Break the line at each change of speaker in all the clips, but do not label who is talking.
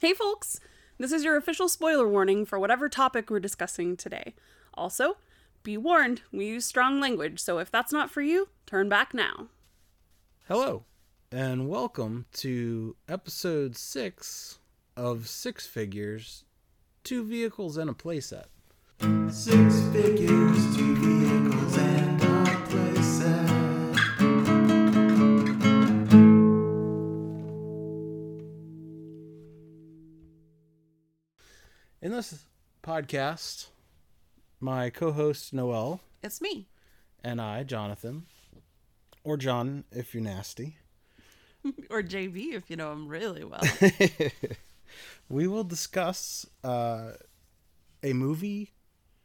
Hey, folks! This is your official spoiler warning for whatever topic we're discussing today. Also, be warned, we use strong language, so if that's not for you, turn back now.
Hello, and welcome to episode six of Six Figures, Two Vehicles and a Playset.
Six figures, two vehicles, and a playset.
In this podcast, my co host Noel
It's me.
and I, Jonathan, or John if you're nasty,
or JV if you know him really well.
we will discuss uh, a movie,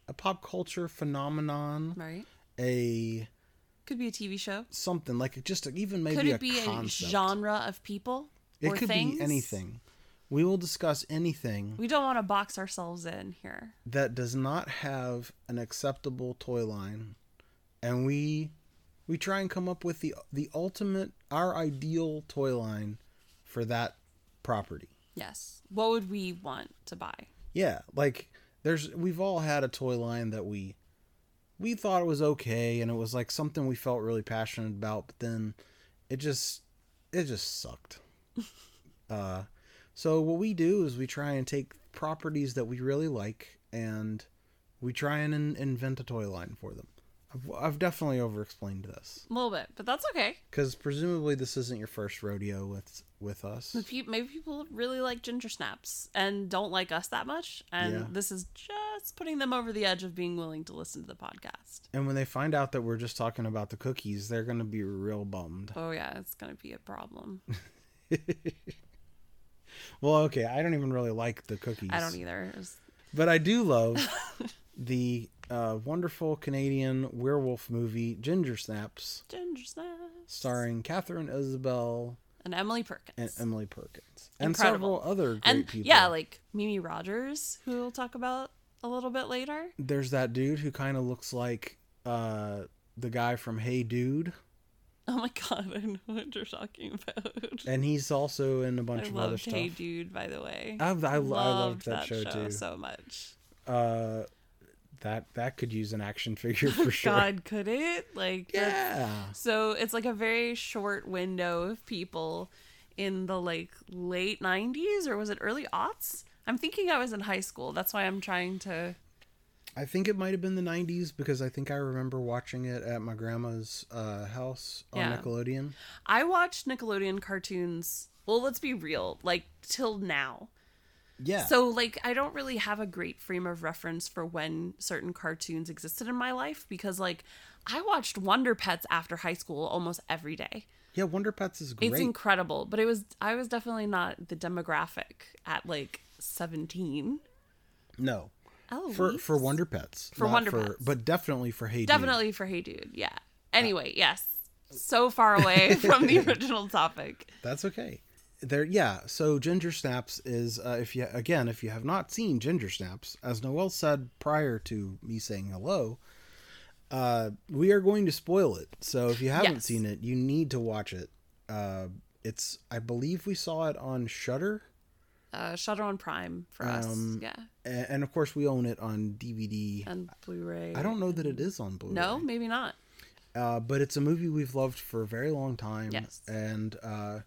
a pop culture phenomenon,
right?
a
Could be a TV show.
something like just a, even maybe
Could
a
it be
concept.
a genre of people?
It
or
could
things?
be anything. We will discuss anything
We don't want to box ourselves in here.
that does not have an acceptable toy line, and we we try and come up with the the ultimate our ideal toy line for that property.
Yes. What would we want to buy?
Yeah, like there's we've all had a toy line that we we thought it was okay and it was like something we felt really passionate about, but then it just it just sucked. uh so what we do is we try and take properties that we really like and we try and in- invent a toy line for them. I've, I've definitely over explained this
A little bit, but that's okay.
because presumably this isn't your first rodeo with with us.
But pe- Maybe people really like ginger snaps and don't like us that much. And
Yeah.
this is just putting them over the edge of being willing to listen to the podcast.
And when they find out that we're just talking about the cookies, they're going to be real bummed.
Oh, yeah, it's going to be a problem.
Well, okay, I don't even really like the cookies.
I don't e- either. It was-
But I do love the uh, wonderful Canadian werewolf movie Ginger Snaps,
ginger snaps.
starring Catherine Isabel
And Emily Perkins.
and Emily Perkins, and
Incredible.
several other great
and
people.
yeah, like Mimi Rogers, who we'll talk about a little bit later.
there's that dude who kind of looks like uh, the guy from Hey Dude,
Oh my god, I know what you're talking about.
and he's also in a bunch
I
of other
loved
stuff.
Hey Dude, by the way.
I, I, I loved that, show, too.
so much.
Uh, that that could use an action figure for sure.
God, could it? Like, that's-
Yeah.
so it's like a very short window of people in the like late 90s or was it early aughts? I'm thinking I was in high school. That's why I'm trying to.
I think it might have been the 90s because I think I remember watching it at my grandma's uh, house on
Yeah.
Nickelodeon.
I watched Nickelodeon cartoons. Well, let's be real, like till now.
Yeah.
So like I don't really have a great frame of reference for when certain cartoons existed in my life because like I watched Wonder Pets after high school almost every day.
yeah, Wonder Pets is great.
It's incredible, but it was I was definitely not the demographic at like 17.
no.
Oh,
For
weeks.
for Wonder Pets.
For
not
Wonder Pets.
But definitely for Hey Dude.
definitely for Hey Dude. Yeah. Anyway, yes. So far away from the original topic.
That's okay. There yeah, so Ginger Snaps is uh, if you again, if you have not seen Ginger Snaps, as Noel said prior to me saying hello, uh, we are going to spoil it. So if you haven't
Yes.
seen it, you need to watch it. Uh, it's I believe we saw it on Shudder.
Uh Shutter on Prime for us.
Um,
yeah.
and, and of course we own it on DVD.
And Blu-ray.
I don't know that it is on Blu-ray.
No, maybe not.
uh, but it's a movie we've loved for a very long time.
Yes.
and uh,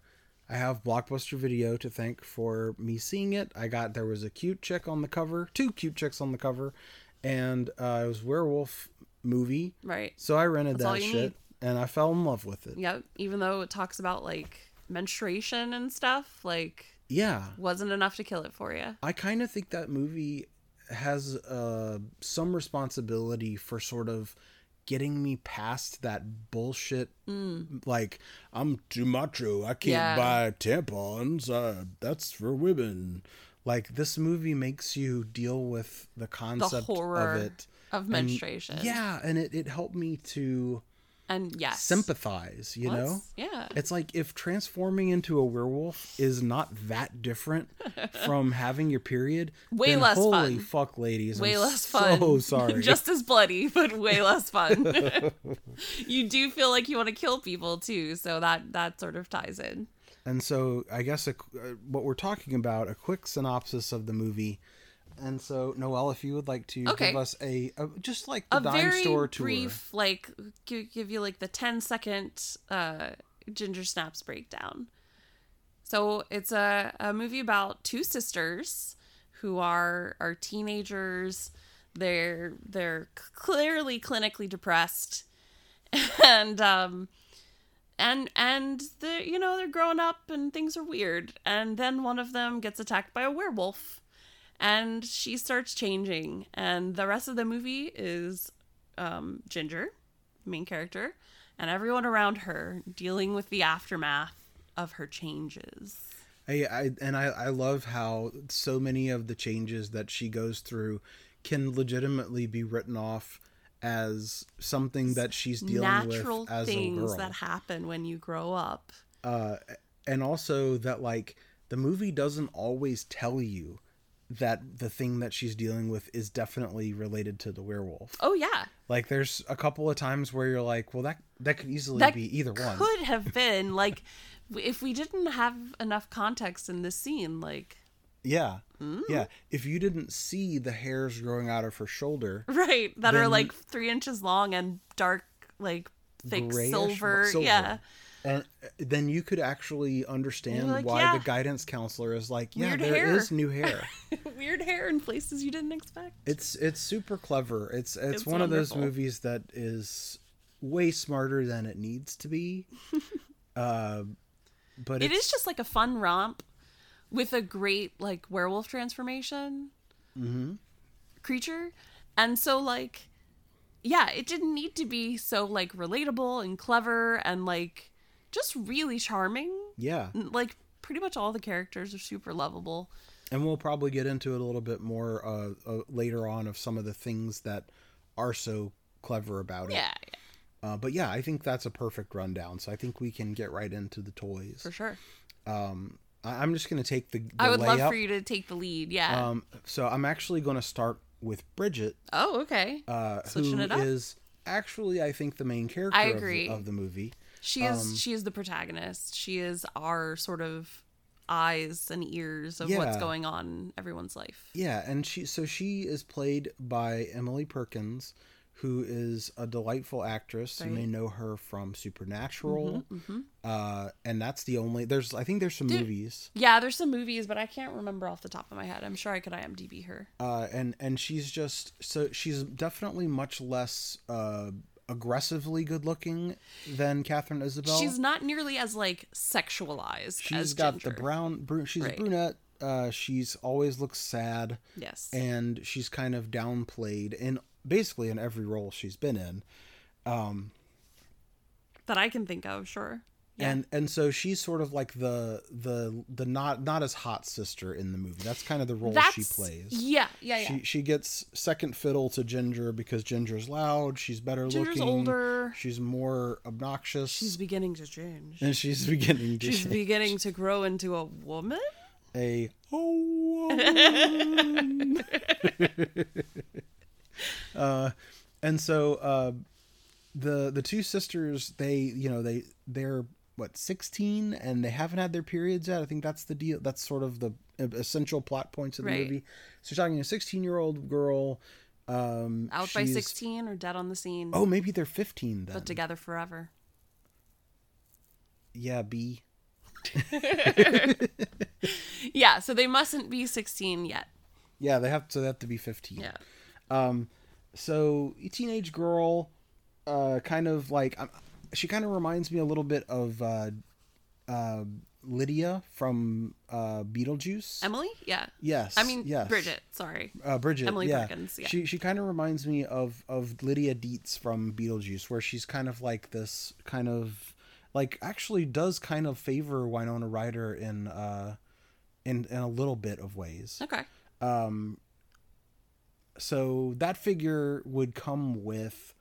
I have Blockbuster Video to thank for me seeing it. I got there was a cute chick on the cover, two cute chicks on the cover, and uh, it was werewolf movie.
Right.
So I rented
That's all
that
you
shit,
need.
and I fell in love with it.
Yep. Even though it talks about like menstruation and stuff, like
Yeah,
wasn't enough to kill it for you.
I kind of think that movie has uh, some responsibility for sort of getting me past that bullshit. Like, I'm too macho. I can't
Mm. Yeah.
buy tampons. Uh, that's for women. Like, this movie makes you deal with the
The
concept
horror
of
of,
it. And-
menstruation.
yeah, and it, it helped me to
And yes.
sympathize, you
Let's-
know?
Yeah.
It's like if transforming into a werewolf is not that different from having your period.
Way
then
less
holy
fun.
fuck, ladies.
Way
I'm
less fun.
So sorry.
Just as bloody, but way less fun. you do feel like you want to kill people too, so that that sort of ties in.
And so I guess a, uh, what we're talking about, a quick synopsis of the movie. And so, Noelle, if you would like to
Okay.
give us a, a just like the
a
dime
very
store tour.
brief, like give, give you like the 10 second uh, Ginger Snaps breakdown. So it's a, a movie about two sisters who are are teenagers. They're they're c- clearly clinically depressed, and um, and and the you know they're growing up and things are weird. And then one of them gets attacked by a werewolf, and she starts changing. And the rest of the movie is um, Ginger, the main character, and everyone around her dealing with the aftermath of her changes.
I, I and I, I love how so many of the changes that she goes through can legitimately be written off as something that she's dealing
Natural
with as a
things
girl.
that happen when you grow up.
uh, and also that like the movie doesn't always tell you that the thing that she's dealing with is definitely related to the werewolf.
Oh yeah,
Like there's a couple of times where you're like, well that that could easily
that
be either one.
could have been like if we didn't have enough context in this scene. Like
Yeah.
Hmm?
Yeah. If you didn't see the hairs growing out of her shoulder,
right that are
Then-
like three inches long and dark, like thick
grayish
silver.
silver.
Yeah,
and uh, then you could actually understand
You're like,
why the
yeah.
guidance counselor is like, yeah,
Weird
there is
hair."
new hair.
weird hair in places you didn't expect.
it's it's super clever. It's it's,
It's
one of those
wonderful.
movies that is way smarter than it needs to be. uh, but
It
it's,
is just like a fun romp with a great like werewolf transformation
Mm-hmm.
creature. And so like yeah, it didn't need to be so like relatable and clever and like just really charming.
yeah,
N- Like pretty much all the characters are super lovable.
and we'll probably get into it a little bit more uh, uh, later on of some of the things that are so clever about it.
Yeah, yeah,
Uh, but yeah, I think that's a perfect rundown. So I think we can get right into the toys.
for sure.
I- I'm just gonna take the, the
I would love
layup.
for you to take the lead. Yeah.
Um, so I'm actually going to start with Bridget,
oh, okay.
uh,
Switching
who
it up.
is actually I think the main character
I
of the-
agree.
Of, the movie.
She
um,
is she is the protagonist. She is our sort of eyes and ears of what's
Yeah.
going on in everyone's life.
Yeah, and she so she is played by Emily Perkins, who is a delightful actress. You may
Right. Mm-hmm,
know her from Supernatural, Uh, and that's the only. There's I think there's some movies,
Yeah, there's some movies, but I can't remember off the top of my head. I'm sure I could IMDb her.
uh, and and she's just so she's definitely much less. Uh, aggressively good looking than Catherine Isabel.
She's not nearly as like sexualized.
She's
as
got
Ginger.
the brown. Bru- she's
Right.
a brunette. Uh, she's always looks sad,
Yes.
and she's kind of downplayed in basically in every role she's been in.
that I can think of. Sure. Yeah.
And and so she's sort of like the the the not not as hot sister in the movie. That's kind of the role
That's
she plays.
Yeah. Yeah. Yeah.
She she gets second fiddle to Ginger because Ginger's loud. She's better
Ginger's
looking.
older.
She's more obnoxious.
She's beginning to change.
and she's beginning to
She's
be-
beginning to grow into a woman.
a Uh, and so uh, the the two sisters they you know they they're what 16 and they haven't had their periods yet i think that's the deal that's sort of the uh, essential plot points of the
Right.
movie so you're talking a 16 year old girl um
Out by
she's-
sixteen or dead on the scene.
oh maybe they're 15 then
But together forever.
yeah b
Yeah. So they mustn't be sixteen yet.
yeah they have so they have to be 15
Yeah.
so a teenage girl uh kind of like um, she kind of reminds me a little bit of uh uh lydia from uh beetlejuice
Emily. Yeah.
yes
I mean
yes
Bridget. Sorry.
uh, Bridget,
Emily
yeah.
Perkins, yeah.
She she kind of reminds me of of Lydia Dietz from Beetlejuice, where she's kind of like this kind of like actually does kind of favor Winona Ryder in uh in in a little bit of ways.
Okay.
So that figure would come with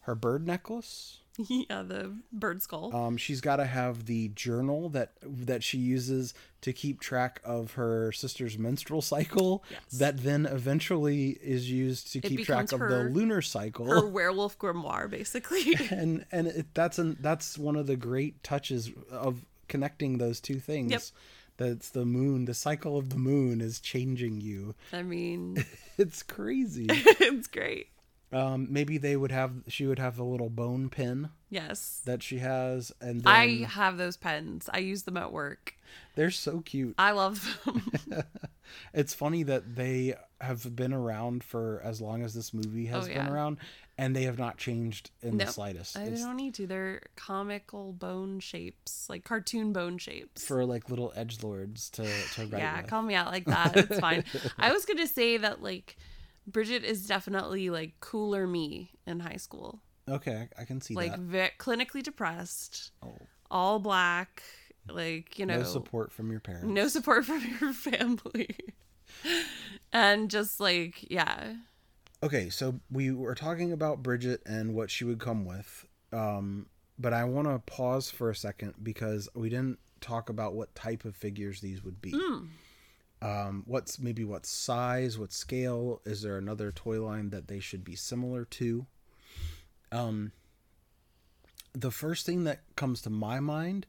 her bird necklace.
yeah. The bird skull.
Um, she's got to have the journal that that she uses to keep track of her sister's menstrual cycle. That then eventually is used to keep track
becomes
of
her-
the lunar cycle.
her werewolf grimoire, basically.
and and it, that's an that's one of the great touches of connecting those two things.
Yep.
That's the moon. The cycle of the moon is changing you.
I mean,
It's crazy.
it's great.
um, maybe they would have. She would have a little bone pin
Yes.
that she has, and then,
I have those pens. I use them at work.
they're so cute.
I love them.
It's funny that they have been around for as long as this movie has
Oh,
been
yeah.
around, and they have not changed in the
No,
slightest.
I
It's
don't need to. They're comical bone shapes, like cartoon bone shapes.
for like little edge lords to to write.
yeah,
with.
call me out like that. It's fine. I was gonna say that like Bridget is definitely like cooler me in high school,
okay, I can see
like
that.
ve- clinically depressed,
Oh,
all black, like you know,
no support from your parents.
no support from your family, and just like yeah,
Okay, so we were talking about Bridget and what she would come with, um, but I want to pause for a second because we didn't talk about what type of figures these would be. Um, what's maybe what size, what scale? Is there another toy line that they should be similar to? Um, the first thing that comes to my mind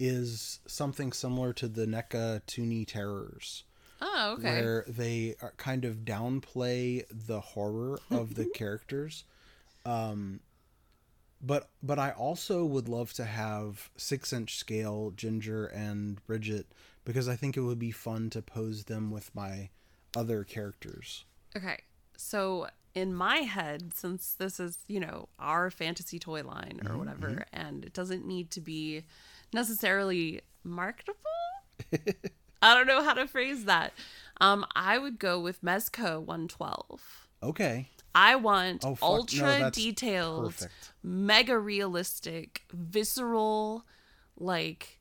is something similar to the NECA Toonie Terrors
oh okay,
where they are kind of downplay the horror of the characters. Um, but but I also would love to have six inch scale Ginger and Bridget because I think it would be fun to pose them with my other characters.
Okay. So in my head, since this is, you know, our fantasy toy line
Mm-hmm,
or whatever, and it doesn't need to be necessarily marketable. I don't know how to phrase that. Um, I would go with Mezco 112.
Okay,
I want
Oh, fuck. No,
ultra
that's
detailed,
perfect.
mega realistic, visceral, like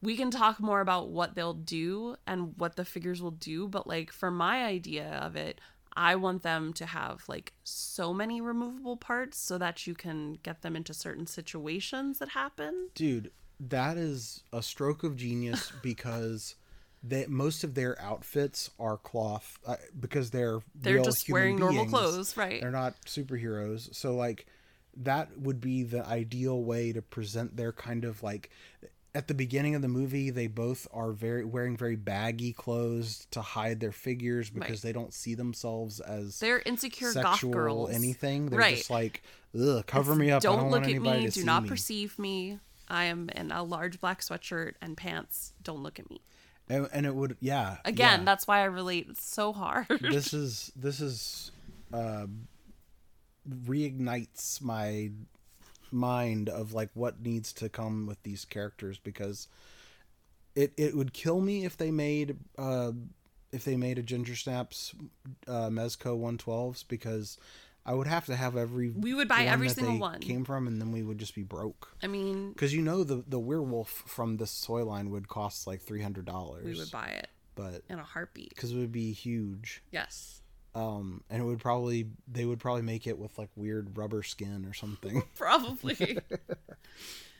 we can talk more about what they'll do and what the figures will do, but like for my idea of it, I want them to have like so many removable parts so that you can get them into certain situations that happen.
dude, that is a stroke of genius because. They, most of their outfits are cloth uh, because they're
They're
real
just
human
wearing normal
beings.
clothes, right?
They're not superheroes. So like that would be the ideal way to present their kind of like at the beginning of the movie they both are very wearing very baggy clothes to hide their figures because they don't see themselves as
They're insecure goth
sexual
girls.
anything. They're
Right.
just like, Ugh, cover me up. I
don't,
don't
look
want
at
anybody
me.
to
Do
see
not
me.
perceive me. I am in a large black sweatshirt and pants. Don't look at me.
and, and it would yeah.
Again,
yeah.
that's why I relate so hard.
this is this is uh, reignites my mind of like what needs to come with these characters because it it would kill me if they made uh if they made a ginger snaps uh mezco 112s because i would have to have every
We would buy every
that
single
they
one.
came from and then we would just be broke
I mean,
because you know the the werewolf from this toy line would cost like $300
we would buy it
but
in a heartbeat.
because it would be huge
Yes.
um and it would probably they would probably make it with like weird rubber skin or something
Probably.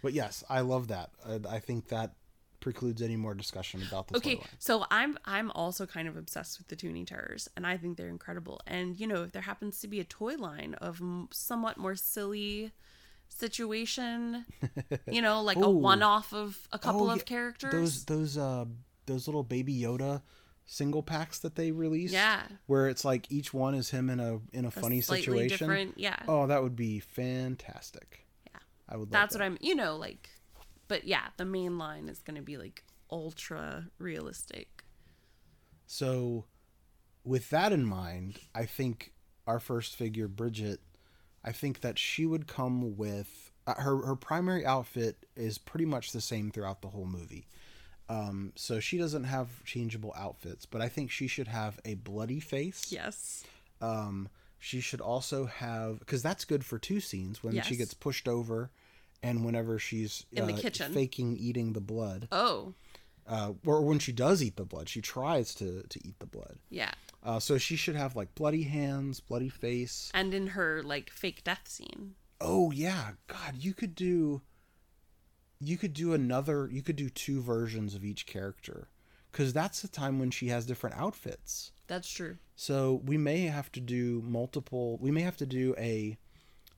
but yes i love that i, I think that precludes any more discussion about the
okay,
toy line.
so I'm I'm also kind of obsessed with the Toonie Terrors, and I think they're incredible. And you know, if there happens to be a toy line of m- somewhat more silly situation, you know, like a
Ooh.
one-off of a couple
Oh,
of
yeah,
characters,
those those uh those little baby yoda single packs that they released
Yeah.
where it's like each one is him in a in a,
a
funny
slightly
situation
different, yeah.
oh that would be fantastic
Yeah.
i would love
that's
that.
what I'm, you know, like, but yeah, the main line is going to be like ultra realistic.
So, with that in mind, I think our first figure, Bridget, I think that she would come with uh, her her primary outfit is pretty much the same throughout the whole movie. Um, so she doesn't have changeable outfits, but I think she should have a bloody face.
Yes.
Um, she should also have because that's good for two scenes when she
Yes.
gets pushed over, and whenever she's uh,
In the kitchen.
faking eating the blood,
Oh,
uh, or when she does eat the blood, she tries to to eat the blood.
yeah.
Uh, so she should have like bloody hands, bloody face.
And in her like fake death scene.
Oh yeah, God, you could do. You could do another. You could do two versions of each character, because that's the time when she has different outfits.
That's true.
So we may have to do multiple. We may have to do a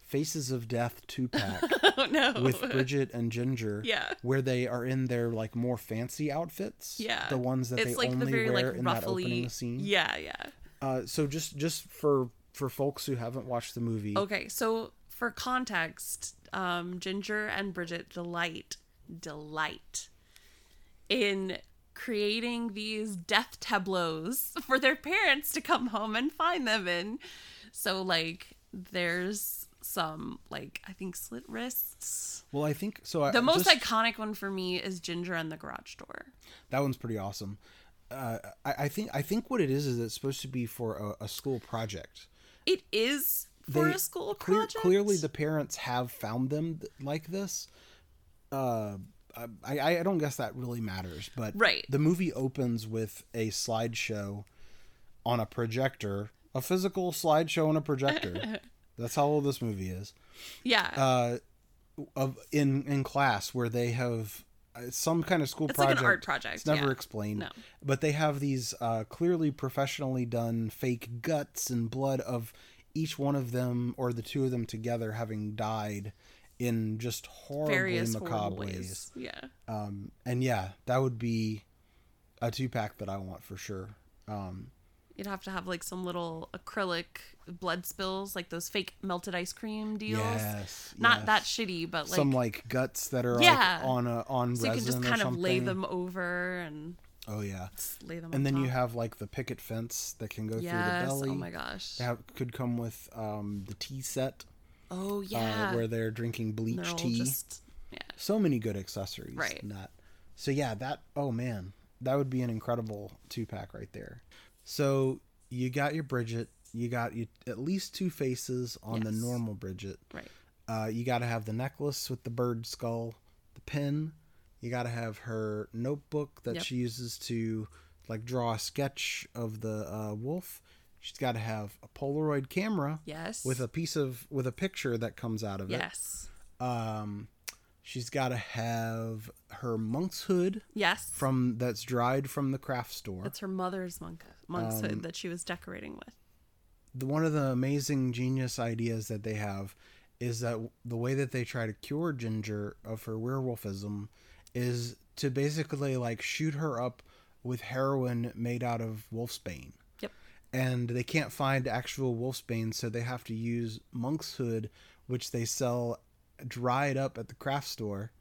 Faces of Death two pack
oh no.
with Bridget and Ginger.
Yeah.
Where they are in their like more fancy outfits.
Yeah.
The ones that they
it's like
only
the very
wear
like
in that
ruffly.
opening scene.
Yeah, yeah.
Uh, so just just for for folks who haven't watched the movie,
Okay, so for context, um, Ginger and Bridget delight delight in creating these death tableaus for their parents to come home and find them in. So like, there's some like I think slit wrists.
well, I think so. I,
The most
just-
iconic one for me is Ginger and the garage door.
that one's pretty awesome. Uh, I, I think I think what it is is it's supposed to be for a, a school project.
It is for
They-
a school
clear-
project.
Clearly, the parents have found them th- like this. Uh, I- I, I don't guess that really matters, but
Right.
the movie opens with a slideshow on a projector, a physical slideshow on a projector. That's how old this movie is.
yeah.
Uh, of in in class where they have uh, some kind of school
It's like an
project.
art project,
It's never
yeah.
explained.
No.
But they have these uh, clearly professionally done fake guts and blood of each one of them or the two of them together having died in just horribly
various
macabre
horrible
ways.
ways. Yeah.
Um, and yeah, that would be a two pack that I want for sure. Um,
You'd have to have like some little acrylic blood spills, like those fake melted ice cream deals.
yes,
Not
yes.
that shitty, but like
some like guts that are
Yeah.
like on a on
so you can
resin
just
or
kind of lay
something.
them over and
Oh yeah.
just lay them. on
and then you
top.
have like the picket fence that can go
yes.
through the belly.
Oh my gosh.
They have- could come with um, the tea set
oh
uh,
yeah.
where they're drinking bleach
They're all
tea.
just yeah.
So many good accessories.
Right.
in that. So yeah, that oh man, that would be an incredible two pack right there. So you got your Bridget, you got you at least two faces on the
Yes.
normal Bridget.
Right.
Uh, you got to have the necklace with the bird skull, the pin. You got to have her notebook that
Yep.
she uses to like draw a sketch of the uh, wolf. She's got to have a Polaroid camera
Yes.
with a piece of with a picture that comes out of
yes.
it. Um, she's got to have her monk's hood
Yes.
from that's dried from the craft store.
That's her mother's monk monk's
Um,
hood that she was decorating with.
the, one of the amazing genius ideas that they have is that the way that they try to cure Ginger of her werewolfism is to basically like shoot her up with heroin made out of wolfsbane.
Yep.
And they can't find actual wolfsbane, so they have to use monk's hood, which they sell dried up at the craft store.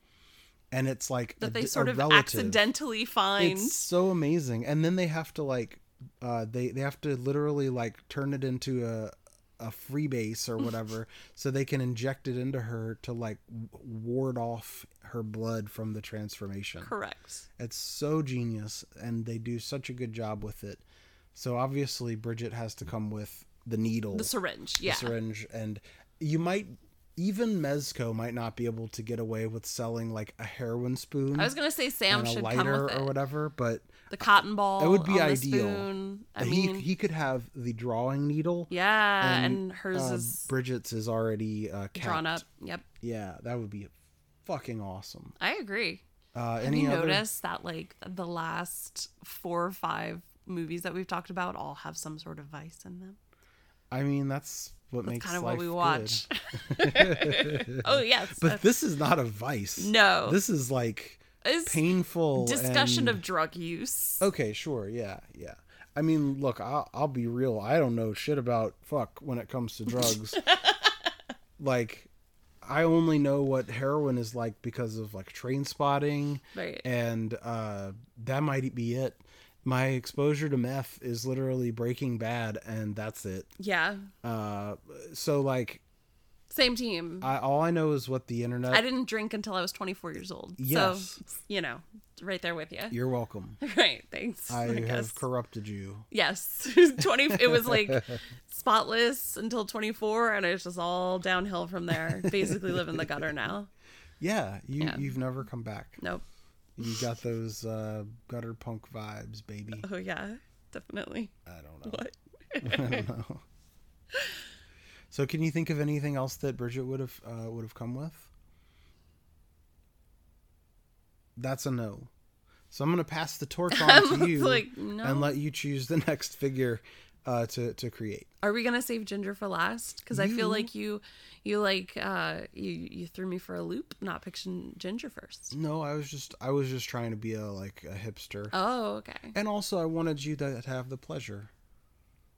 And it's like
That
a
they
d-
sort
a
of
relative
accidentally find.
it's so amazing and then they have to like uh they they have to literally like turn it into a a freebase or whatever so they can inject it into her to like w- ward off her blood from the transformation
Correct.
it's so genius and they do such a good job with it so obviously bridget has to come with the needle
The syringe.
the
Yeah.
syringe and you might even mezco might not be able to get away with selling like a heroin spoon
I was gonna say Sam
and a
should come
lighter
with it.
or whatever but
the cotton ball.
That would be
on the
ideal.
spoon. I
he
mean,
he could have the drawing needle.
yeah, and, hers
uh,
is
Bridget's is already uh, capped.
drawn up. Yep,
Yeah, that would be fucking awesome.
I agree.
Uh,
Have
any
you
other?
noticed that like the last four or five movies that we've talked about all have some sort of vice in them?
I mean, that's what
That's
makes
kind of
life
what we
good.
watch. oh yes,
But
uh,
this is not a vice.
No.
this is like
it's
painful
Uh, discussion
and-
of drug use.
Okay, sure, yeah, yeah. I mean, look, I'll, I'll be real. I don't know shit about fuck when it comes to drugs. like, I only know what heroin is like because of like train spotting,
Right.
and uh, that might be it. My exposure to meth is literally Breaking Bad, and that's it.
Yeah,
Uh, so like,
same team. I,
I all I know is what the internet.
didn't drink until I was 24 years old.
Yes.
So, you know, right there with you.
You're welcome.
Right. Thanks.
I,
guess.
have corrupted you.
Yes, twenty. It was like spotless until twenty four, and it's just all downhill from there. Basically, live in the gutter now.
Yeah, you
Yeah.
you've never come back.
Nope.
You got those uh, gutter punk vibes, baby.
Oh yeah, definitely.
I don't know.
What?
I don't know. So, can you think of anything else that Bridget would have uh, would have come with? That's a no. So I'm gonna pass the torch on to you
like, no.
and let you choose the next figure uh, to to create.
Are we gonna save Ginger for last? Because I feel like you, you like, uh, you you threw me for a loop, not picking Ginger first.
No, I was just I was just trying to be a like a hipster,
Oh, okay.
and also I wanted you to have the pleasure.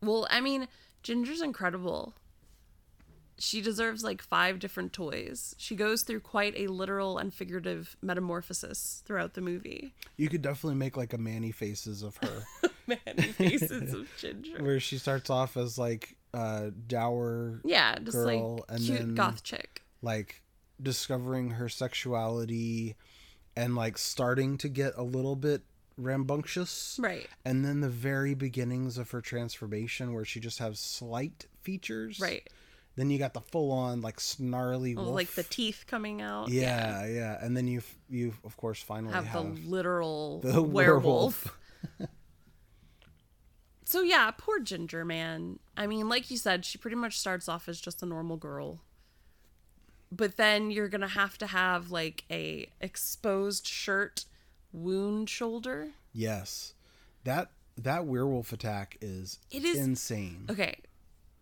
Well, I mean, Ginger's incredible. She deserves like five different toys. She goes through quite a literal and figurative metamorphosis throughout the movie.
You could definitely make like a Manny faces of her,
Man, faces of Ginger.
where she starts off as like uh, dour,
Yeah, just
Girl,
like
and
cute
then-
goth chick.
like discovering her sexuality, and like starting to get a little bit rambunctious.
Right,
And then the very beginnings of her transformation, where she just has slight features.
right.
Then you got the full on like snarly
Well,
wolf.
like the teeth coming out.
Yeah, yeah, and then you f- you of course finally have,
have the literal
the
werewolf.
werewolf.
so yeah, poor Ginger man. I mean, like you said, she pretty much starts off as just a normal girl. But then you're going to have to have like a exposed shirt, wound shoulder.
yes, that that werewolf attack is
It is
insane.
Okay.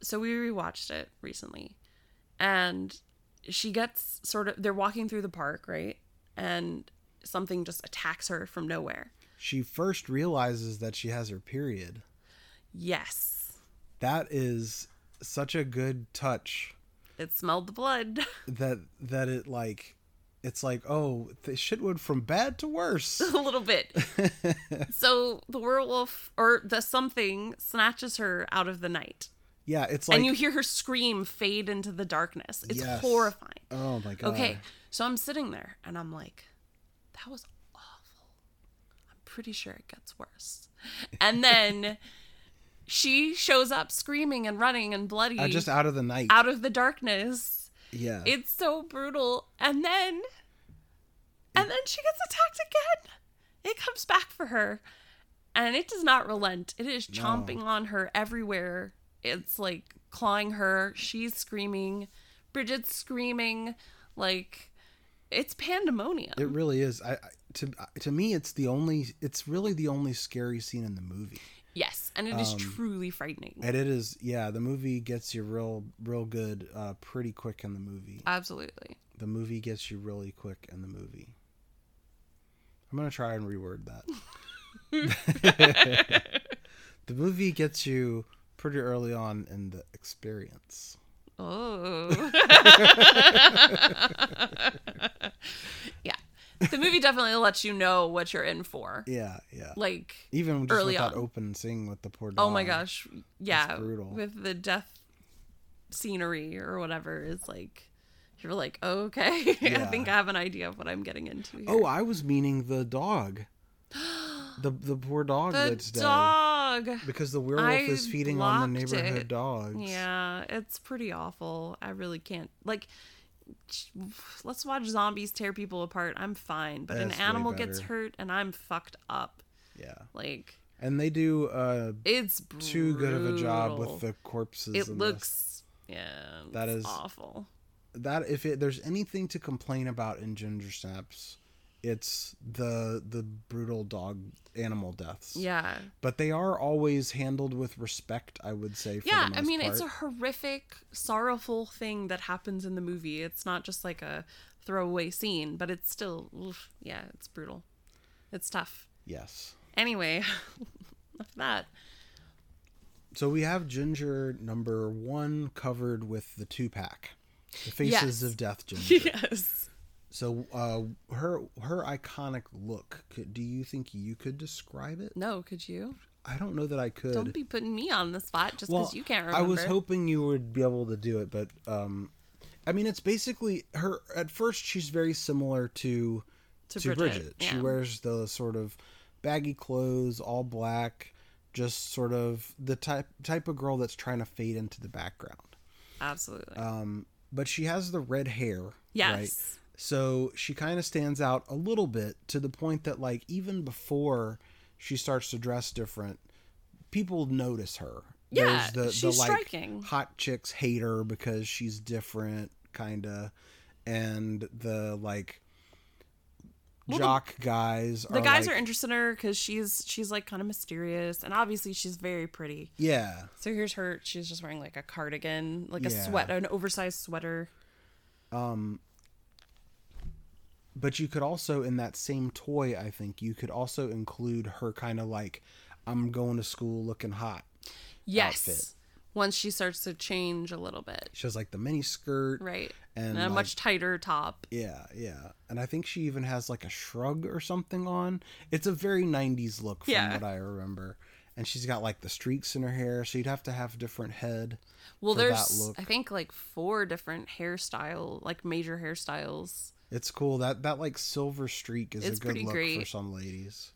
So we rewatched it recently. And she gets sort of they're walking through the park, right? And something just attacks her from nowhere.
She first realizes that she has her period.
Yes.
That is such a good touch
It smelled the blood.
that that it like it's like oh the shit went from bad to worse.
a little bit. so the werewolf or the something snatches her out of the night.
yeah, it's like
and you hear her scream fade into the darkness. It's
Yes.
horrifying.
oh my god.
Okay. So I'm sitting there and I'm like, that was awful. I'm pretty sure it gets worse. And then she shows up screaming and running and bloody
Uh, just out of the night.
out of the darkness.
yeah.
It's so brutal. And then and then she gets attacked again. It comes back for her. And it does not relent. It is chomping on her everywhere. It's like clawing her. She's screaming. Bridget's screaming. Like it's pandemonium.
It really is. I, I to to me, it's the only. It's really the only scary scene in the movie,
yes. And it is truly frightening.
Um, and it is. Yeah, the movie gets you real, real good, uh, pretty quick in the movie.
Absolutely.
The movie gets you really quick in the movie. I'm gonna try and reword that. the movie gets you pretty early on in the experience.
Oh. yeah. The movie definitely lets you know what you're in for.
Yeah, yeah.
Like,
Even just
early
with that
on.
open scene with the poor dog.
oh my gosh. Yeah.
brutal.
With the death scenery or whatever is like, you're like, oh, okay, I
Yeah.
think I have an idea of what I'm getting into. Here.
Oh, I was meaning the dog. The the poor dog
the
that's dead.
dog.
Because the werewolf
I
is feeding on the
blocked
neighborhood
it.
dogs.
Yeah, it's pretty awful. I really can't. Like, sh- let's watch zombies tear people apart. I'm fine. But
That's
an
way
animal gets
better.
hurt and I'm fucked up.
Yeah.
Like,
And they do uh
it's
too good of a job
brutal.
with the corpses. in
It
this.
looks. Yeah.
That
it's
is-
awful.
that if it, there's anything to complain about in Ginger Snaps, it's the the brutal dog animal deaths.
Yeah.
But they are always handled with respect, I would say. For
Yeah,
the most
I mean,
part.
it's a horrific, sorrowful thing that happens in the movie. It's not just like a throwaway scene, but it's still, oof, yeah, it's brutal. It's tough.
yes.
Anyway, enough of that.
So we have Ginger number one covered with the two pack, the faces
Yes.
of death. Ginger.
Yes.
So uh, her her iconic look. Could, do you think you could describe it?
No, could you?
I don't know that I could.
Don't be putting me on the spot just because you can't remember.
I was hoping you would be able to do it, but um, I mean, it's basically her. At first, she's very similar to
To
to,
Bridget,
Bridget.
yeah.
She wears the sort of baggy clothes, all black, just sort of the type type of girl that's trying to fade into the background.
Absolutely.
Um, but she has the red hair. Right?
yes.
So she kind of stands out a little bit to the point that, like, even before she starts to dress different, people notice her.
Yeah, she's striking.
hot chicks hate her because she's different, kind of, and the like
Well, the-
jock guys
The guys
like-
are interested in her because she's she's like kind of mysterious, and obviously she's very pretty.
yeah
So here's her. She's just wearing like a cardigan, like a
Yeah.
sweat, an oversized sweater.
but you could also in that same toy i think you could also include her kind of like i'm going to school looking hot
Yes.
Outfit.
Once she starts to change a little bit,
she has like the mini skirt
right?
And,
And, a
like-
much tighter top.
yeah yeah and i think she even has like a shrug or something on it's a very 90s look from
Yeah.
what i remember and she's got like the streaks in her hair so you'd have to have a different head
Well,
for that
there's
look.
I think like four different hairstyle, like major hairstyles,
it's cool that that like silver streak is
It's
a good
pretty
look for
great.
some ladies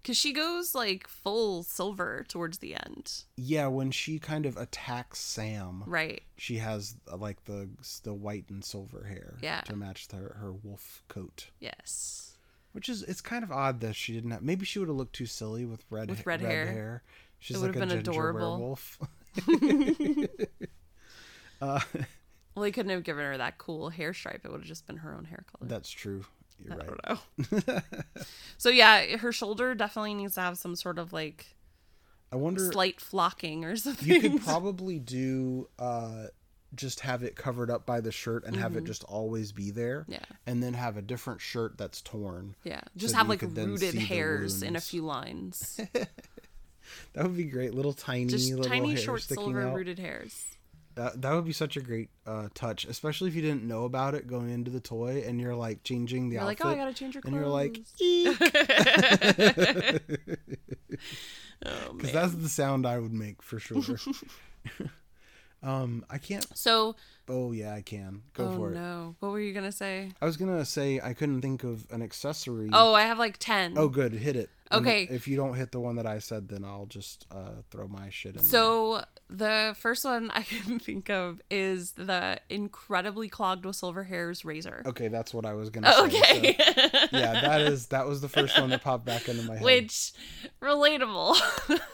because she goes like full silver towards the end,
yeah when she kind of attacks sam
right?
she has uh, like the the white and silver hair
Yeah.
to match her her wolf coat
Yes.
which is it's kind of odd that she didn't have maybe she would have looked too silly with red
With red hair.
she's
It
like
would
a
have been
ginger
adorable.
werewolf
Well, they couldn't have given her that cool hair stripe. It would have just been her own hair color.
that's true you're right
I don't know. so yeah, her shoulder definitely needs to have some sort of like
i wonder
slight flocking or something.
you could probably do uh just have it covered up by the shirt and have it just always be there
Mm-hmm. Yeah.
and then have a different shirt that's torn
yeah, just
that
have
you
like
could then
rooted
see the
hairs in a
wounds.
few lines.
that would be great little tiny
Just
little
tiny
hair
short
sticking
silver
out.
rooted hairs.
That, that would be such a great uh, touch, especially if you didn't know about it going into the toy and you're like changing the
You're like,
outfit.
oh, I gotta change your clothes.
and you're like,
oh,
because
man.
that's the sound I would make for sure. um, I can't.
So,
Oh yeah, I can. Go
oh
for it.
no, what were you gonna say?
I was gonna say I couldn't think of an accessory.
Oh, I have like ten.
Mm. Oh, good, hit it. And
Okay.
if you don't hit the one that I said, then I'll just uh, throw my shit in.
So the first one I can think of is the incredibly clogged with silver hairs razor.
there. okay, that's what I was gonna. say. so-
Okay.
yeah, that is that was the first one that popped back into my head.
Which relatable.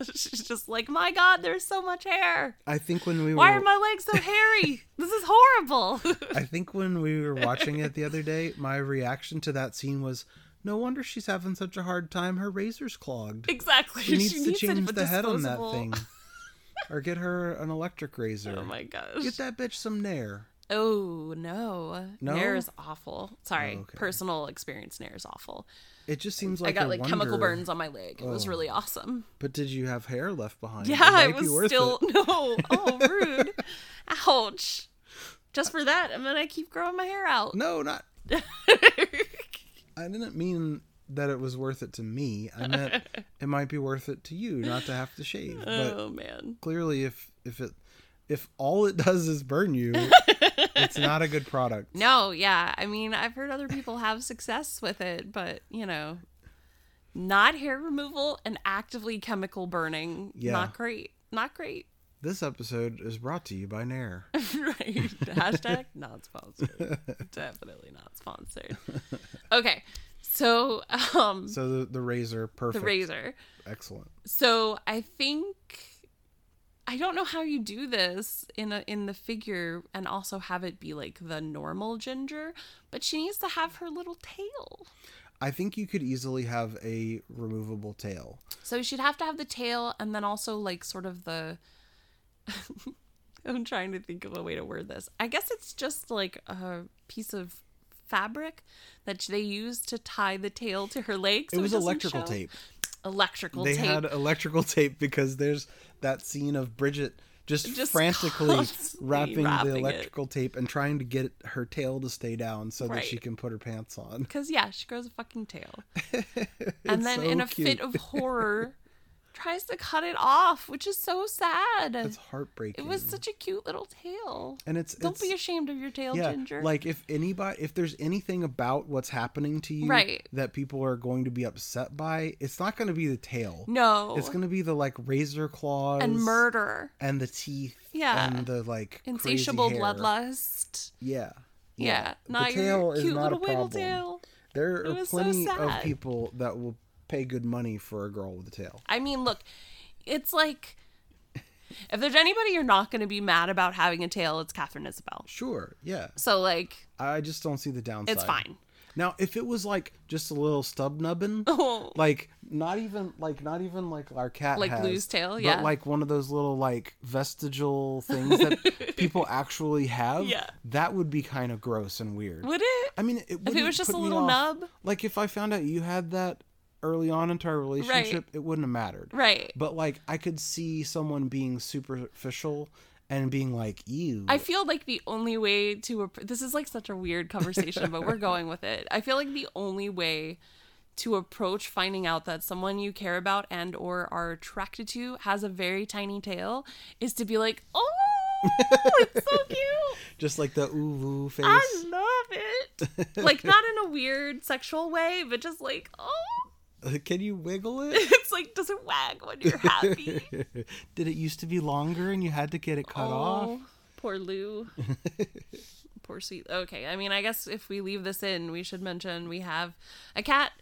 She's just like, my God, there's so much hair.
I think when we
Why
were
are my legs so hairy? This is horrible.
I think when we were watching it the other day, my reaction to that scene was, "No wonder she's having such a hard time. Her razor's clogged.
exactly.
She needs to
a
change the head on that
disposable-
thing, or get her an electric razor.
Oh my gosh.
Get that bitch some Nair.
Oh no.
No? Oh,
Nair is awful. Sorry.
okay.
Personal experience Nair is awful.
It just seems like
I got
a
like chemical
wonder,
burns on my leg. It was
Oh.
really awesome.
But did you have hair left behind?
Yeah,
might
it
be
was
worth
still no. Oh, rude. Ouch. Just for that, I'm gonna keep growing my hair out.
No, not. I didn't mean that it was worth it to me. I meant it might be worth it to you not to have to shave. But
oh man.
clearly if if it if all it does is burn you it's not a good product
No, yeah. I mean, I've heard other people have success with it, but you know, not hair removal and actively chemical burning.
Yeah.
Not great. Not great.
this episode is brought to you by nair
right. Hashtag not sponsored. Definitely not sponsored. Okay. So, um,
so the, the razor
the
perfect
razor.
excellent
So I think I don't know how you do this in a in the figure and also have it be like the normal ginger, but she needs to have her little tail.
i think you could easily have a removable tail
So she'd have to have the tail and then also like sort of the I'm trying to think of a way to word this. I guess it's just like a piece of fabric that they use to tie the tail to her legs.
it was electrical tape
Electrical
they
tape.
had electrical tape because there's that scene of bridget just,
Just
frantically
constantly
wrapping,
wrapping
the
it.
electrical tape and trying to get her tail to stay down so that she
Right.
can put her pants on.
Because yeah, she grows a fucking tail, and then in
so
a fit of horror, tries to cut it off, which is so sad.
It's heartbreaking.
it was such a cute little tail.
and it's
Don't
it's,
be ashamed of your tail,
yeah,
Ginger.
Like if anybody, if there's anything about what's happening to you
Right.
that people are going to be upset by, it's not going to be the tail.
no,
it's going to be the like razor claws
and murder,
and the teeth.
Yeah.
and the like crazy
insatiable
hair.
bloodlust.
Yeah,
Yeah, not
the tail
your
is
cute
not a
little wiggle
problem.
tail.
There
It
are
was so
plenty of
sad.
people that will pay good money for a girl with a tail.
I mean, look, it's like if there's anybody you're not going to be mad about having a tail, it's Catherine Isabel.
Sure, yeah.
So like,
I just don't see the downside.
it's fine.
Now, if it was like just a little stub nubbin,
Oh.
like not even like not even like our cat
Like
has,
loose tail,
but
yeah.
like one of those little like vestigial things that people actually have.
Yeah.
that would be kind of gross and weird.
Would it?
I mean, it
if it
wouldn't
was just
put
a
me
little
off.
nub?
Like if I found out you had that early on into our relationship, it wouldn't have mattered.
Right.
But like I could see someone being superficial and being like, "Ew."
I feel like the only way to appro- this is like such a weird conversation, but we're going with it. I feel like the only way to approach finding out that someone you care about and or are attracted to has a very tiny tail is to be like, "Oh, it's so cute.
just like the ooh ooh face.
I love it." Like not in a weird sexual way, but just like, "Oh,
Can you wiggle it?
it's like does it wag when you're happy?"
Did it used to be longer and you had to get it cut off?
Oh, Poor Lou. poor sweet. Okay, I mean, I guess if we leave this in, we should mention we have a cat.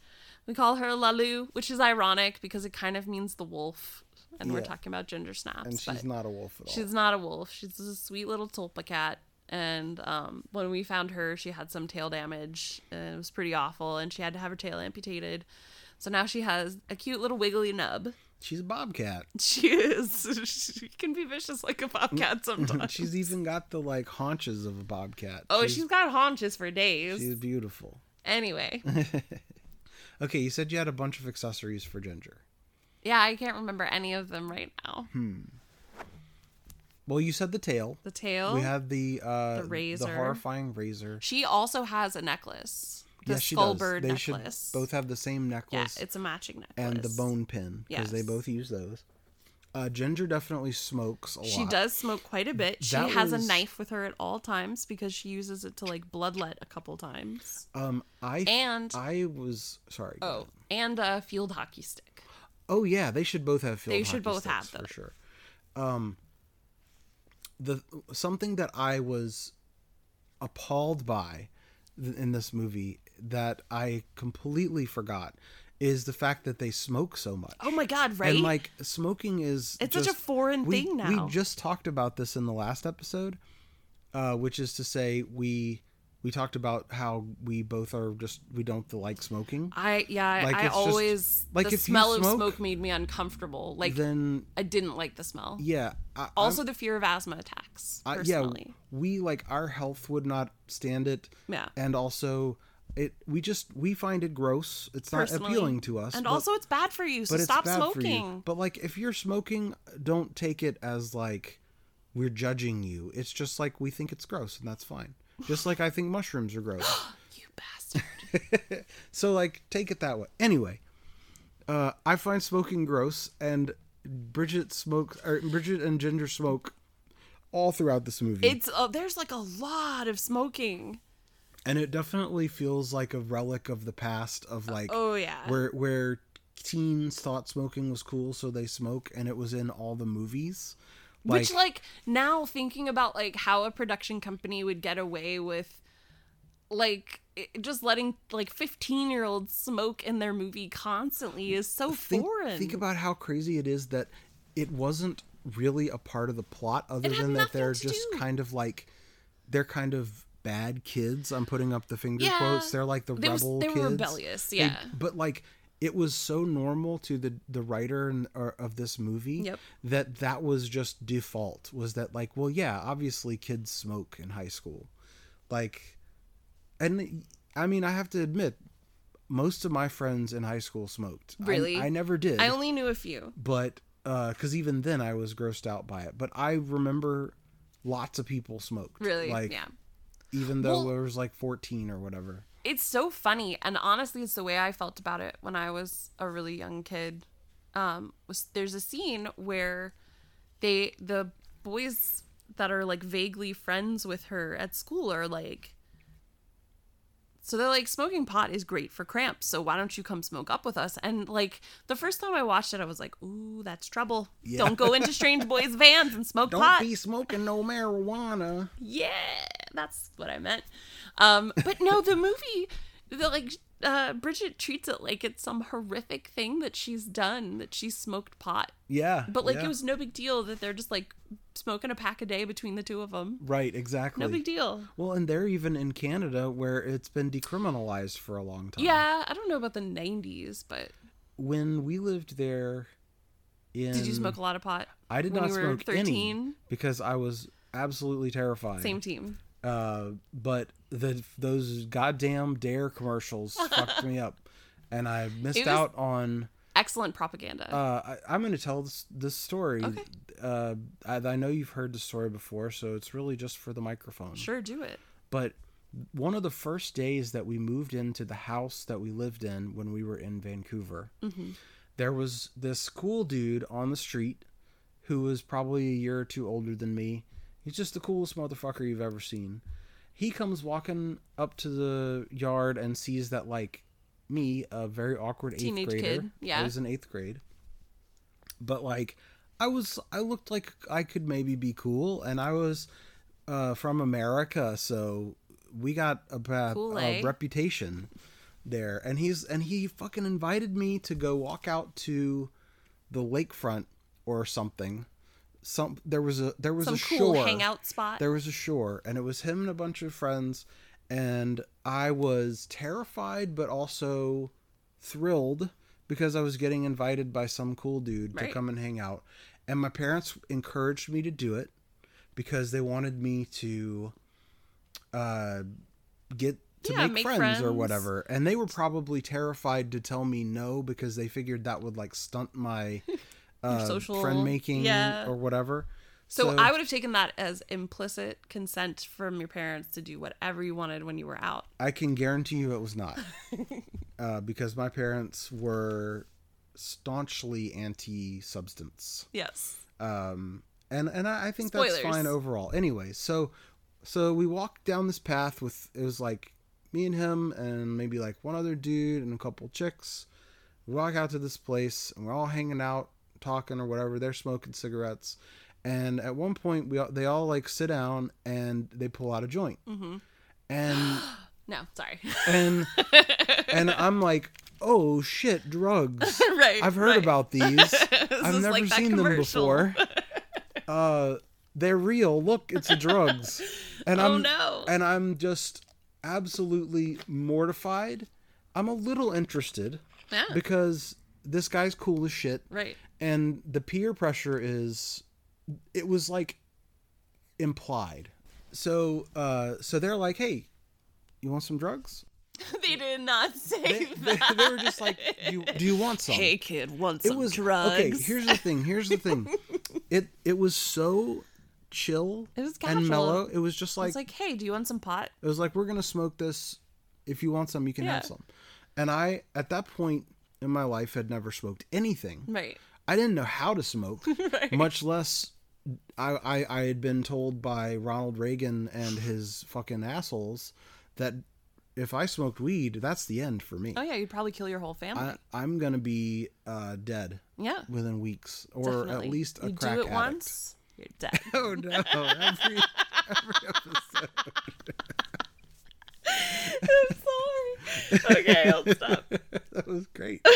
We call her Lalu, which is ironic because it kind of means the wolf, and we're
Yeah.
talking about ginger snaps.
And she's
but
not a wolf at all.
she's not a wolf. She's a sweet little tulpa cat. And um, when we found her, she had some tail damage, and it was pretty awful. And she had to have her tail amputated. So now she has a cute little wiggly nub.
She's a bobcat.
She is. She can be vicious like a bobcat sometimes.
Mm-hmm. She's even got the like haunches of a bobcat.
Oh,
she's,
she's got haunches for days.
she's beautiful.
Anyway,
Okay, you said you had a bunch of accessories for Ginger.
yeah, I can't remember any of them right now.
Hmm. Well, you said the tail.
The tail.
We had the uh,
Oh. The razor.
the horrifying razor.
she also has a necklace. The
Yes, she
skull
does.
bird
they
necklace.
should both have the same
yeah,
necklace
it's a matching necklace.
and the bone pin because they
Yes.
both use those. Uh, Ginger definitely smokes a lot.
She does smoke quite a bit. She
That
has
was-
a knife with her at all times because she uses it to like bloodlet a couple times.
Um, I
And-
I was sorry. go
Oh,
ahead.
and a field hockey stick.
oh yeah, they should both have field.
They should
hockey
both
sticks
have
for
those.
sure. Um, the something that I was appalled by th- in this movie that I completely forgot is the fact that they smoke so much.
Oh my god! Right?
And like smoking is
It's such a foreign
we-
thing now.
We just talked about this in the last episode, uh, which is to say we we talked about how we both are just we don't like smoking.
I yeah. I-
like,
I
it's just-
always
like,
the
if you
smell of
smoke,
smoke made me uncomfortable. Like
Then
I didn't like the smell.
yeah, Uh, I,
Also, the fear of asthma attacks.
I-
Personally,
we like our health would not stand it.
Yeah.
and also it we just we find it gross. It's not
Personally.
appealing to us.
and
but-
also it's bad for you. So
but
stop
it's bad For you.
smoking.
But like, if you're smoking, don't take it as like we're judging you. It's just like we think it's gross, and that's fine. Just like I think mushrooms are gross.
You bastard.
so like, take it that way. Anyway, uh, I find smoking gross, and Bridget smokes, or Bridget and Ginger smoke all throughout this movie,
It's uh, there's like a lot of smoking.
and it definitely feels like a relic of the past of like
Oh yeah.
where where teens thought smoking was cool, so they smoke, and it was in all the movies.
Which like now thinking about like how a production company would get away with like it- just letting like 15 year olds smoke in their movie constantly is so
think,
foreign.
think about how crazy it is that it wasn't really a part of the plot other
had
than that
nothing
they're
to
just
do.
kind of like they're kind of bad kids i'm putting up the finger
Yeah.
quotes they're like the
They was-
rebel
they were
kids
rebellious,
They-
yeah.
but like it was so normal to the the writer and or, of this movie
Yep.
that that was just default was that like well yeah obviously kids smoke in high school like and i mean i have to admit most of my friends in high school smoked I-
Really?
i, never did
I only knew a few.
but because even then I was grossed out by it. But I remember lots of people smoked.
Really?
like
yeah.
even though
Well-
there was like fourteen or whatever.
it's so funny and honestly it's the way i felt about it when i was a really young kid um was there's a scene where they the boys that are like vaguely friends with her at school are like so they're like smoking pot is great for cramps so why don't you come smoke up with us and like the first time i watched it i was like ooh that's trouble
Yeah.
don't go into strange boys vans and smoke
Don't
pot
be smoking no marijuana.
yeah that's what i meant um but no the movie the like uh, Bridget treats it like it's some horrific thing that she's done, that she smoked pot.
Yeah.
But like
yeah.
it was no big deal that they're just like smoking a pack a day between the two of them.
right, exactly.
No big deal.
Well, and they're even in Canada where it's been decriminalized for a long time.
Yeah, I don't know about the 90s, but
When we lived there, in
did you smoke a lot of pot?
I did
when
not
you were
smoke any
13?
because I was absolutely terrified.
Same team.
Uh, but the those goddamn dare commercials fucked me up, and I missed
It was-
out on.
Excellent propaganda.
Uh, I, I'm going to tell this, this story.
Okay.
Uh, I, I know you've heard the story before, so it's really just for the microphone.
sure, do it.
But one of the first days that we moved into the house that we lived in when we were in Vancouver,
Mm-hmm.
there was this cool dude on the street who was probably a year or two older than me. He's just the coolest motherfucker you've ever seen. He comes walking up to the yard and sees that, like, me, a very awkward eighth
Teenage
grader.
kid, yeah.
I was in eighth grade. But, like, I was, I looked like I could maybe be cool, and I was uh, from America, so we got a, a,
Cool,
a
eh?
reputation there. And he's and he fucking invited me to go walk out to the lakefront or something. Some there was a there was
Some
a
cool
shore.
hangout spot.
There was a shore, and it was him and a bunch of friends, and I was terrified but also thrilled because I was getting invited by some cool dude to
Right.
come and hang out. And my parents encouraged me to do it because they wanted me to uh, get to
Yeah,
make,
make
friends, or
friends.
whatever. And they were probably terrified to tell me no because they figured that would like stunt my uh,
social-
friend making
yeah.
or whatever.
so, I would have taken that as implicit consent from your parents to do whatever you wanted when you were out.
I can guarantee you it was not, uh, because my parents were staunchly anti-substance,
Yes.
um, and and I, I think that's
Spoilers.
fine overall. Anyway, so so we walked down this path with it was like me and him and maybe like one other dude and a couple chicks. We walk out to this place and we're all hanging out, talking or whatever. They're smoking cigarettes, and at one point we all- they all like sit down and they pull out a joint, and
No, sorry.
and and I'm like, oh shit, drugs.
right.
I've heard
right.
about these.
is
I've never
like that
seen them
commercial.
before. Uh, they're real. Look, it's the drugs. And
Oh
I'm
no.
and I'm just absolutely mortified. I'm a little interested
Yeah.
because this guy's cool as shit,
Right.
and the peer pressure is. It was like implied. So uh, so they're like, hey, you want some drugs?
they did not say
they, they,
that.
they were just like, do you, do you want some?
Hey kid, want
it
some
was
drugs?
okay. Here's the thing. Here's the thing. it it was so chill.
It was casual.
and mellow. It was just like,
it's like, hey, do you want some pot?
it was like we're gonna smoke this. If you want some, you can have
Yeah.
some. And I at that point in my life had never smoked anything.
Right.
I didn't know how to smoke, much less. I, I I had been told by Ronald Reagan and his fucking assholes that if I smoked weed, that's the end for me.
Oh yeah, you'd probably kill your whole family.
I, I'm gonna be uh, dead
yeah.
within weeks, or
definitely.
at least a
you
crack
do it
addict.
once, you're dead.
Oh no! Every, every episode.
I'm sorry. Okay, I'll stop.
that was great.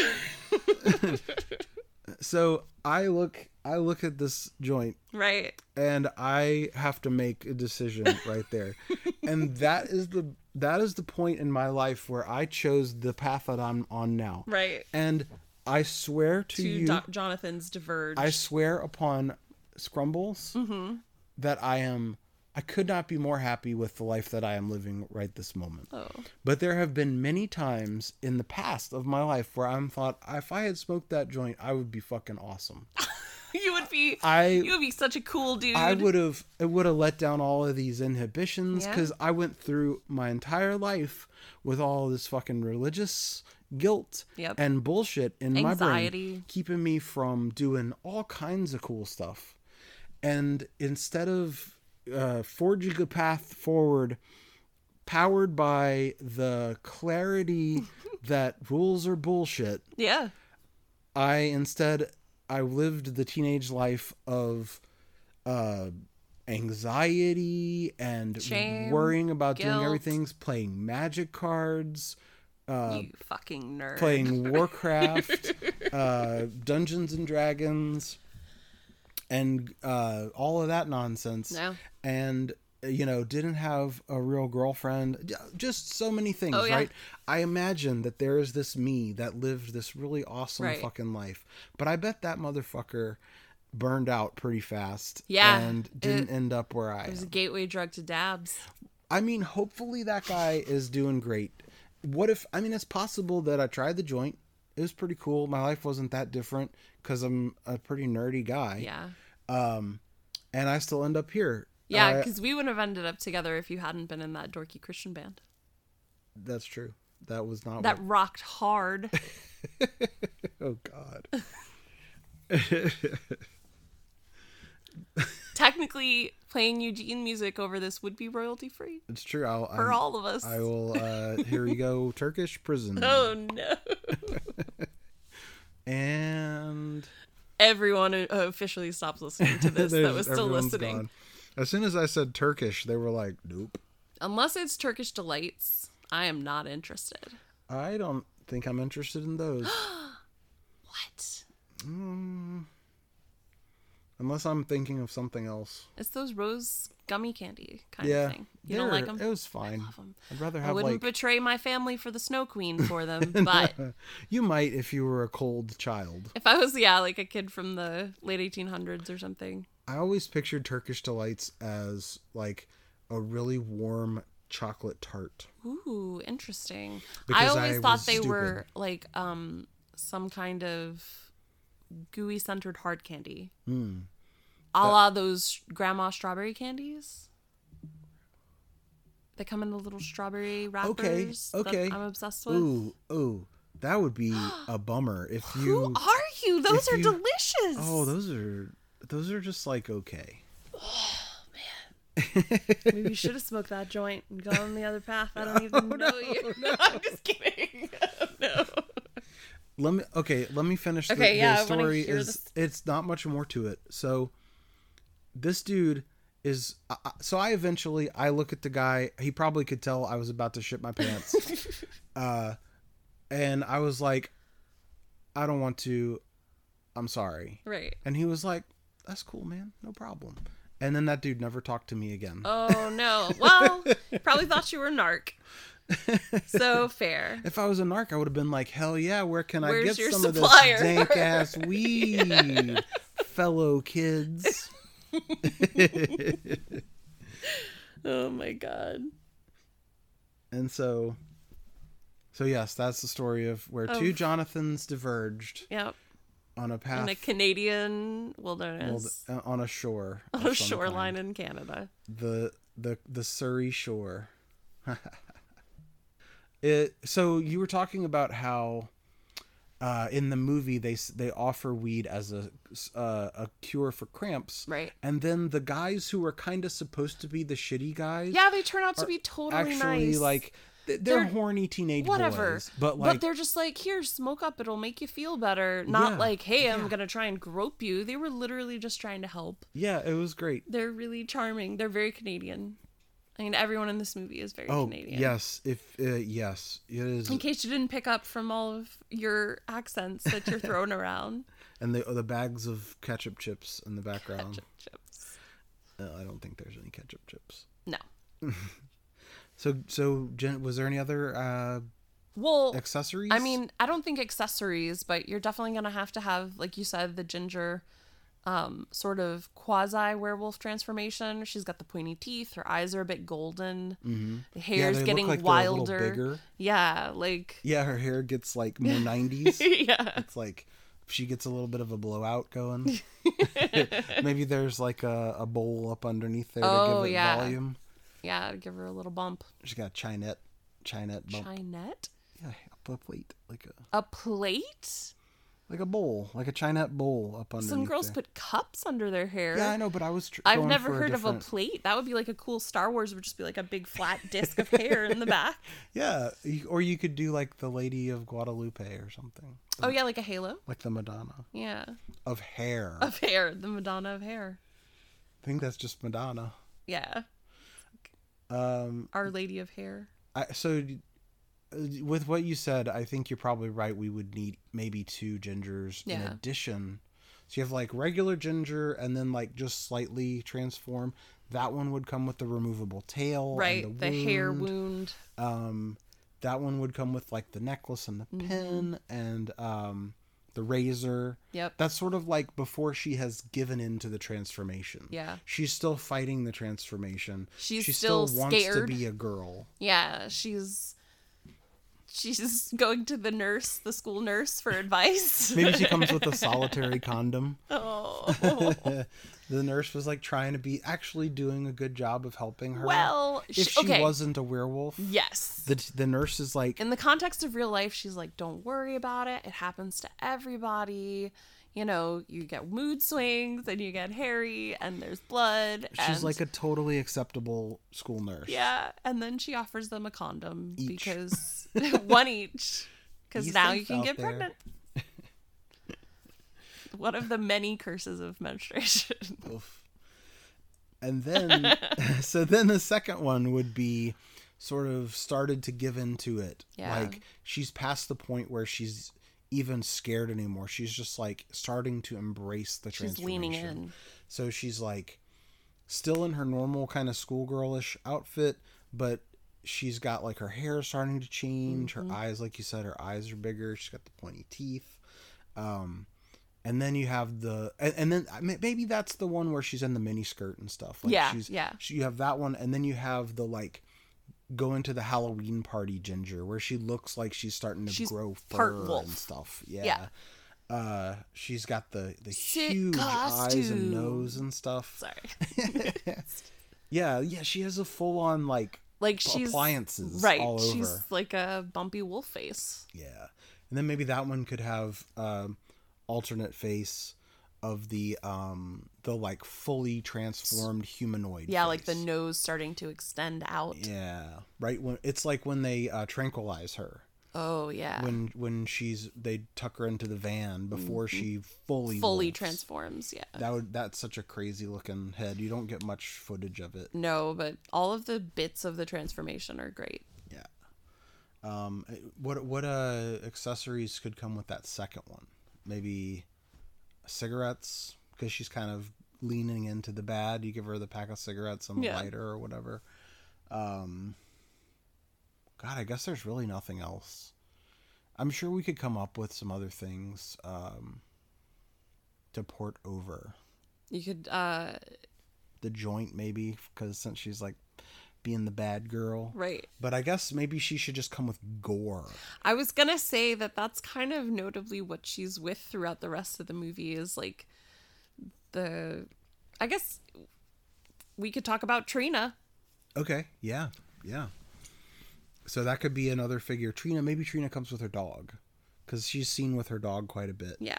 so I look, I look at this joint,
Right.
and I have to make a decision right there, and that is the that is the point in my life where I chose the path that I'm on now,
Right.
and I swear to,
To
you,
Doc Jonathan's diverge.
I swear upon Scrumbles that I am. I could not be more happy with the life that I am living right this moment.
oh.
But there have been many times in the past of my life where I'm thought if I had smoked that joint, I would be fucking awesome.
You would be you
I
would be such a cool dude.
I would have it would have let down all of these inhibitions
Yeah.
because I went through my entire life with all this fucking religious guilt
Yep.
and bullshit in my
Anxiety.
brain, keeping me from doing all kinds of cool stuff. And instead of uh, forging a path forward, powered by the clarity that rules are bullshit,
Yeah.
I instead I lived the teenage life of uh anxiety and
Shame,
worrying about doing
guilt.
everything, playing magic cards, uh,
you fucking nerd.
playing Warcraft, uh, Dungeons and Dragons, and uh, all of that nonsense.
No.
And you know, didn't have a real girlfriend. Just so many things,
Oh, yeah.
right? I imagine that there is this me that lived this really awesome
Right.
fucking life, but I bet that motherfucker burned out pretty fast.
Yeah.
and didn't
It-
end up where I
It
am.
was a gateway drug to dabs.
I mean, hopefully that guy is doing great. What if? I mean, it's possible that I tried the joint. It was pretty cool. My life wasn't that different because I'm a pretty nerdy guy, Um,
Yeah.
and I still end up here.
Yeah,
I-
because we would have ended up together if you hadn't been in that dorky Christian band.
that's true. That was not
That rocked hard.
What, oh God.
Technically, playing Eugene music over this would be royalty free
It's true. I'll,
for
I'm-
all of us.
I will. Uh, here you go. Turkish prison.
Oh no.
And
Everyone uh, officially stops listening to this that
there's-
was still
everyone's
listening.
gone. As soon as I said Turkish, they were like, "Nope."
Unless it's Turkish Delights, I am not interested.
I don't think I'm interested in those.
What?
Unless I'm thinking of something else.
It's those rose gummy candy kind
yeah.
of thing. You don't like
they're-
them?
It was fine. I
love 'em.
would rather
I
have
wouldn't
like
betray my family for the Snow Queen for them, but
you might if you were a cold child.
if I was, yeah, like a kid from the late 1800s or something.
I always pictured Turkish delights as like a really warm chocolate tart.
Ooh, interesting. I
Because
always
I
thought
was
they were like um some kind of gooey centered hard candy. Mm.
Hmm.
A la those grandma strawberry candies. They come in the little strawberry wrappers
okay.
that I'm obsessed with.
Ooh, ooh, that would be a bummer if
Who
you.
are you? Those
if
are
you-
delicious.
Oh, those are those are just like okay.
Maybe you should have smoked that joint and gone the other path. I
Oh,
don't even know you. No, I'm just kidding. no.
Let me okay. Let me finish. The,
Okay,
the
yeah, I wanna
story
hear
is
this.
it's not much more to it. So this dude is I- I- so I eventually I look at the guy. He probably could tell I was about to shit my pants, uh, and I was like, I don't want to. I'm sorry.
Right.
And he was like, That's cool, man. No problem. And then that dude never talked to me again.
Oh no. Well, probably thought you were a narc. So fair.
If I was a narc, I would have been like, hell yeah, where can I
Where's
get
your
some
supplier?
of this dank ass weed, fellow kids?
Oh my god.
And so, so yes, that's the story of where two Jonathans diverged
Yep.
on a path
In a Canadian
Ah. well,
wilderness.
uh, on a shore, of
on a
some
shoreline in Canada.
kind. the the the Surrey shore. it so you were talking about how. Uh, in the movie, they s- they offer weed as a uh, a cure for cramps,
Right.
and then the guys who were kind of supposed to be the shitty guys
Yeah, they turn out to be totally
actually
nice.
like th- they're,
They're-
horny teenage
whatever.
boys but like
they're just like, here, smoke up, it'll make you feel better. Not
Yeah,
like, hey, I'm gonna try and grope you. They were literally just trying to help.
yeah it was great
They're really charming. They're very Canadian. I mean, everyone in this movie is very
oh
Canadian.
yes if uh, yes it is
In case you didn't pick up from all of your accents that you're throwing around.
and the the bags of ketchup chips in the background
Ketchup chips.
Uh, i don't think there's any ketchup chips
No.
so so Jen, was there any other uh
Well,
accessories
I mean, I don't think accessories, but you're definitely going to have to have, like you said, the ginger um, sort of quasi werewolf transformation. She's got the pointy teeth. Her eyes are a bit golden. The hair's
Mm-hmm. they look
getting
like they're a little
wilder.
bigger.
Yeah. Like,
yeah her hair gets like more 90s
yeah.
it's like she gets a little bit of a blowout going maybe there's like a, a bowl up underneath there
Oh,
to give it
yeah.
volume
Yeah. I'd give her a little bump.
She's got a chinette, chinette bump.
Chinette?
yeah, up a plate, like a
A plate?
like a bowl, like a chinette bowl up under.
Some girls put cups under their hair.
Yeah, I know, but I was. Tr-
I've
going
never
for
heard of a
different-
plate. That would be like a cool Star Wars would just be like a big flat disc of hair in the back.
Yeah, you- or you could do like the Lady of Guadalupe or something,
Oh yeah, like a halo.
like the Madonna
Yeah.
of hair. I
Of hair, the Madonna of hair.
think that's just Madonna.
Yeah.
Um, Oh,
Our Lady of Hair.
I, so d- with what you said, I think you're probably right. We would need maybe two gingers in
Yeah.
addition. So you have like regular ginger and then like just slightly transform. That one would come with the removable tail, and
right? the hair
wound.
wound.
Um, that one would come with like the necklace and the
Mm-hmm.
pin and um, the razor.
Yep.
That's sort of like before she has given in to the transformation.
Yeah.
She's still fighting the transformation.
She's
she
still
wants to
scared.
be a girl.
Yeah, she's she's going to the nurse, the school nurse, for advice.
Maybe she comes with a solitary condom.
oh.
The nurse was like trying to be actually doing a good job of helping her.
Well,
if
she-
she
okay.
wasn't a werewolf,
Yes.
the the nurse is like
In the context of real life, she's like, "Don't worry about it. It happens to everybody." You know, you get mood swings and you get hairy and there's blood.
she's
and-
like a totally acceptable school nurse.
Yeah, and then she offers them a condom
Each.
because one each, because
These
now you
things
can
out
get
there.
pregnant. one of the many curses of menstruation.
Oof. And then, so then the second one would be sort of started to give in to it.
Yeah.
Like she's past the point where she's even scared anymore. She's just like starting to embrace the
She's leaning
transformation.
in.
So she's like still in her normal kind of schoolgirlish outfit, but she's got like her hair starting to change,
Mm-hmm.
her eyes, like you said, her eyes are bigger, she's got the pointy teeth. Um, and then you have the, and, and then I mean, maybe that's the one where she's in the mini skirt and stuff. Like
Yeah,
she's,
yeah.
She, you have that one, and then you have the like go into the Halloween party ginger where she looks like she's starting to
She's
grow
part
fur
wolf.
and stuff. Yeah. Uh, she's got the the
Sick
huge eyes
costume.
and nose and stuff.
Sorry.
Yeah, yeah, she has a full on like
Like she's
appliances
right.
all over.
She's like a bumpy wolf face.
Yeah, and then maybe that one could have um, alternate face of the um the like fully transformed humanoid.
Yeah, like the
face.
nose starting to extend out.
yeah right when it's like when they uh, tranquilize her
Oh yeah.
when when she's they tuck her into the van before she fully
Mm-hmm. Fully
wolfs.
transforms. Yeah.
That would that's such a crazy looking head. You don't get much footage of it.
No, but all of the bits of the transformation are great.
Yeah. Um, what what uh accessories could come with that second one? Maybe cigarettes because she's kind of leaning into the bad. You give her the pack of cigarettes and a
Yeah.
lighter or whatever. Um. God, I guess there's really nothing else. I'm sure we could come up with some other things um, to port over.
You could uh
The joint, maybe, because since she's like being the bad girl.
right.
But I guess maybe she should just come with gore.
I was gonna say that that's kind of notably what she's with throughout the rest of the movie is like the. I guess we could talk about Trina.
Okay. Yeah. Yeah. So that could be another figure. Trina, maybe Trina comes with her dog because she's seen with her dog quite a bit.
Yeah,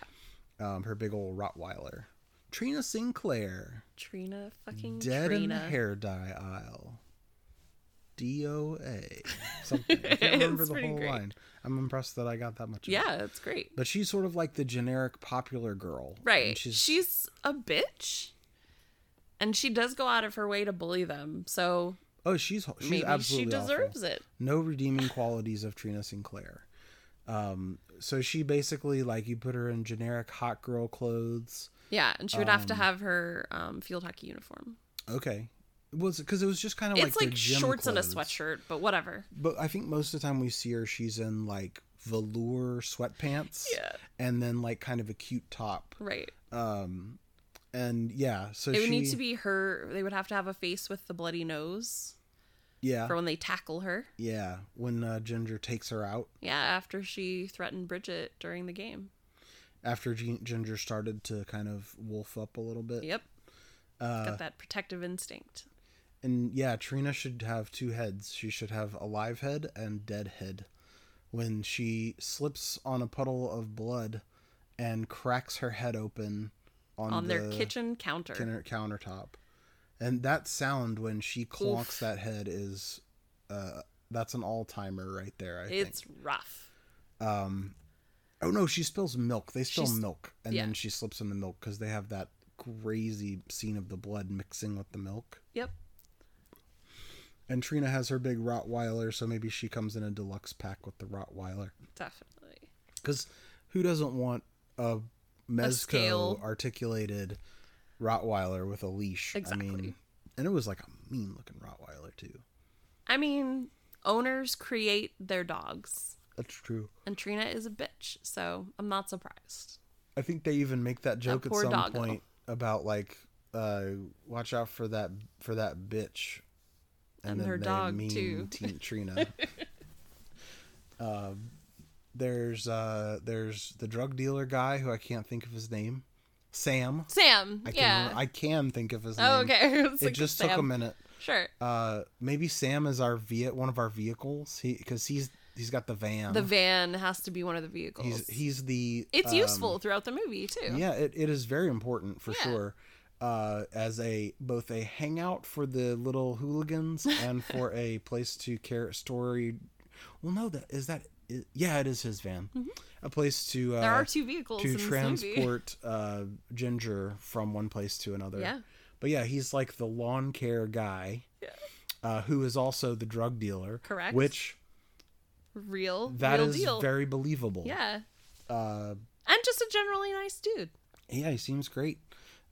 Um, her big old Rottweiler. Trina Sinclair,
Trina fucking
dead in the
Trina.
hair dye aisle. DOA. Something. I can't remember
It's
the
pretty
whole
great.
line. I'm impressed that I got that much. of it.
yeah, it's great.
But she's sort of like the generic popular girl. and
Right.
She's,
She's... a bitch. And she does go out of her way to bully them, so
oh, she's she's
maybe she
absolutely awful.
deserves it.
no redeeming qualities of Trina Sinclair. Um, so she basically like you put her in generic hot girl clothes.
Yeah, and she would have to have her um, field hockey uniform.
Okay, was because it was just kind of like
it's like,
their gym
shorts and a
clothes.
sweatshirt, but whatever.
But I think most of the time we see her, she's in like velour sweatpants.
Yeah.
and then like kind of a cute top.
Right.
Um, and yeah, so
It
she
would need to be her. They would have to have a face with the bloody nose
yeah
for when they tackle her.
yeah when uh, Ginger takes her out
Yeah, after she threatened Bridget during the game.
after Gin- Ginger started to kind of wolf up a little bit.
Yep.
Uh,
Got that protective instinct.
And yeah, Trina should have two heads. She should have a live head and dead head. When she slips on a puddle of blood and cracks her head open on,
On their
the
kitchen counter.
counter- countertop, and that sound when she clonks that head is, uh, that's an all timer right there. I think.
It's rough.
Oh no, she spills milk. They spill
She's-
milk, and
yeah.
then she slips in the milk because they have that crazy scene of the blood mixing with the milk.
Yep.
And Trina has her big Rottweiler, so maybe she comes in a deluxe pack with the Rottweiler.
Definitely.
Because who doesn't want a Mezco
scale.
articulated Rottweiler with a leash? I mean,
Exactly.
and it was like a mean looking Rottweiler, too.
I mean, owners create their dogs,
That's true.
and Trina is a bitch, so I'm not surprised.
I think they even make that joke at
poor
some
doggo.
point about like, uh, watch out for that for that bitch,
And her dog, too.
Teen Trina. um, there's uh, there's the drug dealer guy who I can't think of his name, Sam.
Sam.
I
yeah.
can I can think of his name.
oh, okay. It's
It
like
just
Sam.
took a minute.
Sure.
Uh, maybe Sam is our via one of our vehicles. He because he's he's got the van.
The van has to be one of the vehicles.
Um, He's he's the
it's
um,
useful throughout the movie too.
Yeah, it, it is very important for
Yeah.
sure. Uh, as a both a hangout for the little hooligans and for a place to care story. Well, no, that is that. i- yeah, it is his van. A place to uh,
Mm-hmm. There are two vehicles
to
in this movie.
transport uh, Ginger from one place to another.
Yeah.
But yeah, he's like the lawn care guy, uh, who is also the drug dealer.
Correct.
Which
Real,
that is
real deal.
very believable.
yeah,
Uh,
and just a generally nice dude.
yeah, he seems great.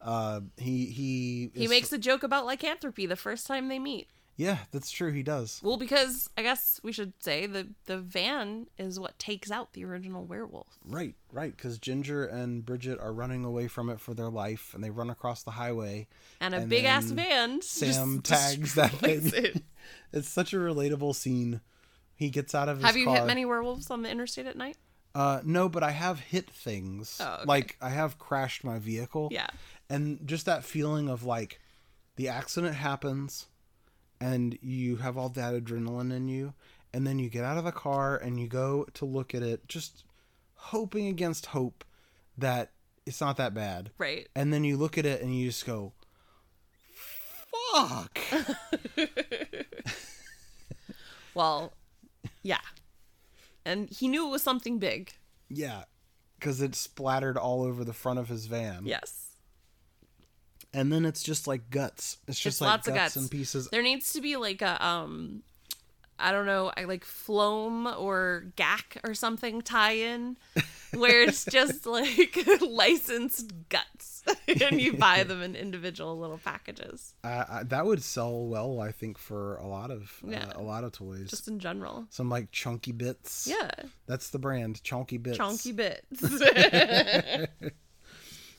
Uh, he he
He
is-
makes a joke about lycanthropy the first time they meet.
Yeah, that's true. He does.
Well, because I guess we should say the the van is what takes out the original werewolf.
Right, right. Because Ginger and Bridget are running away from it for their life, and they run across the highway.
And a
And
big ass
then
van.
Sam
just
tags that
destroys
thing.
it.
It's such a relatable scene. He gets out of his
Have you hit
car.
many werewolves on the interstate at night?
Uh, no, but I have hit things.
Oh, okay.
Like I have crashed my vehicle.
Yeah.
And just that feeling of like, the accident happens, and you have all that adrenaline in you, and then you get out of the car and you go to look at it, just hoping against hope that it's not that bad.
Right.
And then you look at it and you just go, "Fuck."
Well, yeah. And he knew it was something big.
yeah. Because it splattered all over the front of his van.
Yes.
and then it's just like guts. It's just
Just
like guts,
lots of guts.
and pieces.
There needs to be like a um I don't know, I like phloem or gack or something tie in where it's just like licensed guts and you buy them in individual little packages
I, I, that would sell well, I think, for a lot of
Yeah.
uh, a lot of toys.
just in general.
Some like chunky bits.
Yeah.
that's the brand, chunky bits.
Chonky bits.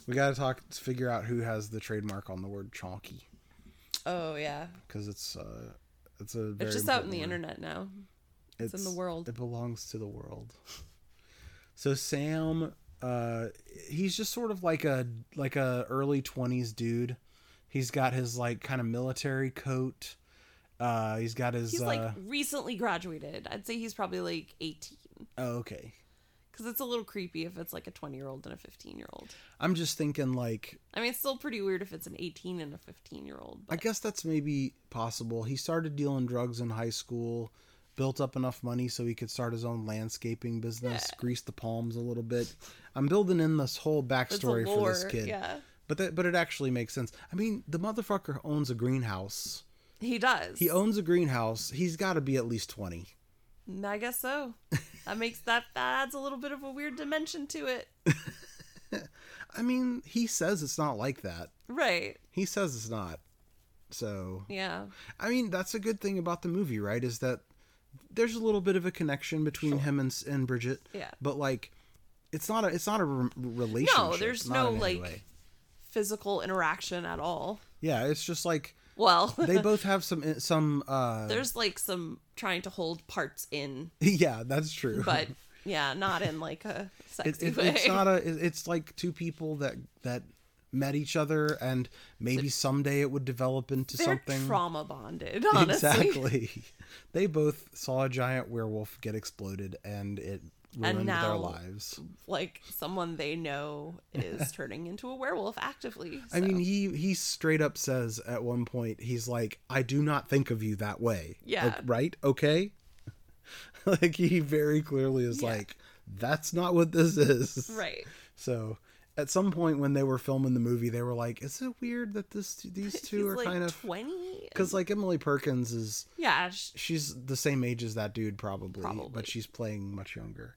We gotta talk, figure out who has the trademark on the word chunky
oh yeah.
because it's uh, it's a. Very
It's just out
important
in the
word.
internet now. It's in the world.
It belongs to the world. So Sam, uh, he's just sort of like a like a early twenties dude. He's got his like kind of military coat. Uh, he's got his.
He's
uh,
like recently graduated. I'd say he's probably like 18
oh, okay.
cuz it's a little creepy if it's like a 20-year-old and a 15-year-old.
I'm just thinking like
I mean, it's still pretty weird if it's an 18 and a 15 year old.
I
But
guess that's maybe possible. He started dealing drugs in high school, built up enough money so he could start his own landscaping business, grease the palms a little bit. I'm building in this whole
it's a
backstory for
lore.
this kid.
Yeah,
But that, but it actually makes sense. I mean, the motherfucker owns a greenhouse.
he does.
He owns a greenhouse. He's got to be at least twenty.
I guess so. That makes that that adds a little bit of a weird dimension to it,
I mean, he says it's not like that.
right?
He says it's not. So,
Yeah,
I mean, that's a good thing about the movie, right? Is that there's a little bit of a connection between him and S- and Bridget.
Yeah.
But like, it's not a it's not a re- relationship.
there's
not in
no,
any
like-
way.
physical interaction at all.
Yeah, it's just like
Well,
they both have some some. uh
there's like some trying to hold parts in,
Yeah, that's true.
but yeah, not in like a
it,
sexy
it,
way.
it's not a it- it's like two people that that met each other and maybe someday it would develop into
They're
something
trauma bonded, honestly.
exactly they both saw a giant werewolf get exploded and it ruined their
now-
lives
Like someone they know is turning into a werewolf actively.
i
so.
mean he he straight up says at one point he's like i do not think of you that way
Yeah.
Like, right okay like he very clearly is
Yeah.
like that's not what this is
right.
So at some point when they were filming the movie, they were like, "Is it weird that this these two
He's
are
like
kind of
twenty.
because like Emily Perkins is
yeah, sh-
she's the same age as that dude probably,
Probably.
but she's playing much younger.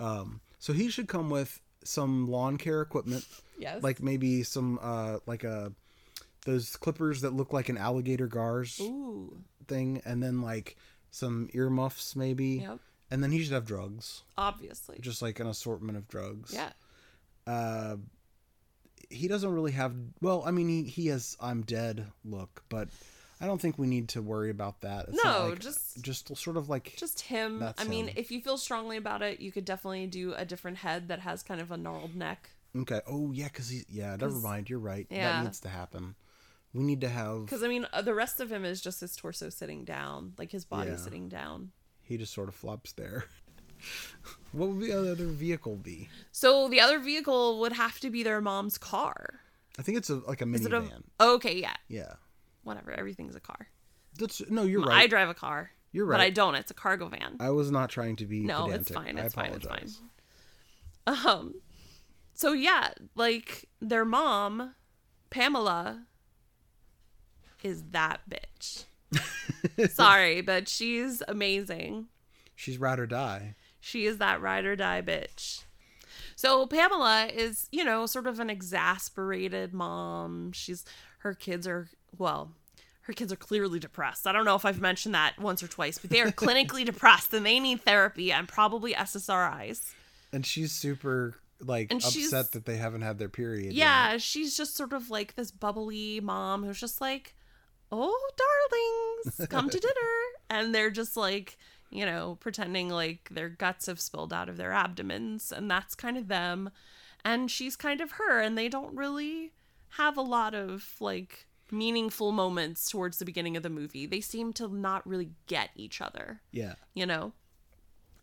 Um, so he should come with some lawn care equipment,
yes.
like maybe some uh like a those clippers that look like an alligator gars
ooh,
thing, and then like some earmuffs maybe,
yep.
and then he should have drugs,
Obviously,
just like an assortment of drugs.
yeah.
Uh, he doesn't really have well i mean he, he has i'm dead look but i don't think we need to worry about that It's not
No,
like-
just-
just sort of like
Just him.
That's
I mean,
him.
if you feel strongly about it, you could definitely do a different head that has kind of a gnarled neck.
okay oh yeah because he yeah never
'Cause-
mind you're right
yeah.
that needs to happen we need to have
Because I mean, uh, the rest of him is just his torso sitting down, like his body
Yeah.
sitting down.
he just sort of flops there what would the other vehicle be
So the other vehicle would have to be their mom's car.
i think it's a, like a
Is it a?
minivan
Okay, yeah.
yeah
Whatever. Everything's a car.
that's no you're
I
right
drive a car.
You're
But I
right.
don't. It's a cargo van.
I, was not trying to be
no,
pedantic.
it's fine.
I
It's fine. It's fine.
apologize.
Um, so yeah, like their mom, Pamela, is that bitch. Sorry, but she's amazing.
she's ride or die
She is that ride or die bitch. So Pamela is, you know, sort of an exasperated mom. She's her kids are well, her kids are clearly depressed. I don't know if I've mentioned that once or twice, but they are clinically depressed and they need therapy and probably SSRIs.
and she's super like
And
upset
she's-
that they haven't had their period yet.
Yeah, she's just sort of like this bubbly mom who's just like, "Oh, darlings, come to dinner," and they're just like, you know, pretending like their guts have spilled out of their abdomens, and that's kind of them, and she's kind of her, and they don't really have a lot of like meaningful moments towards the beginning of the movie. They seem to not really get each other
Yeah.
you know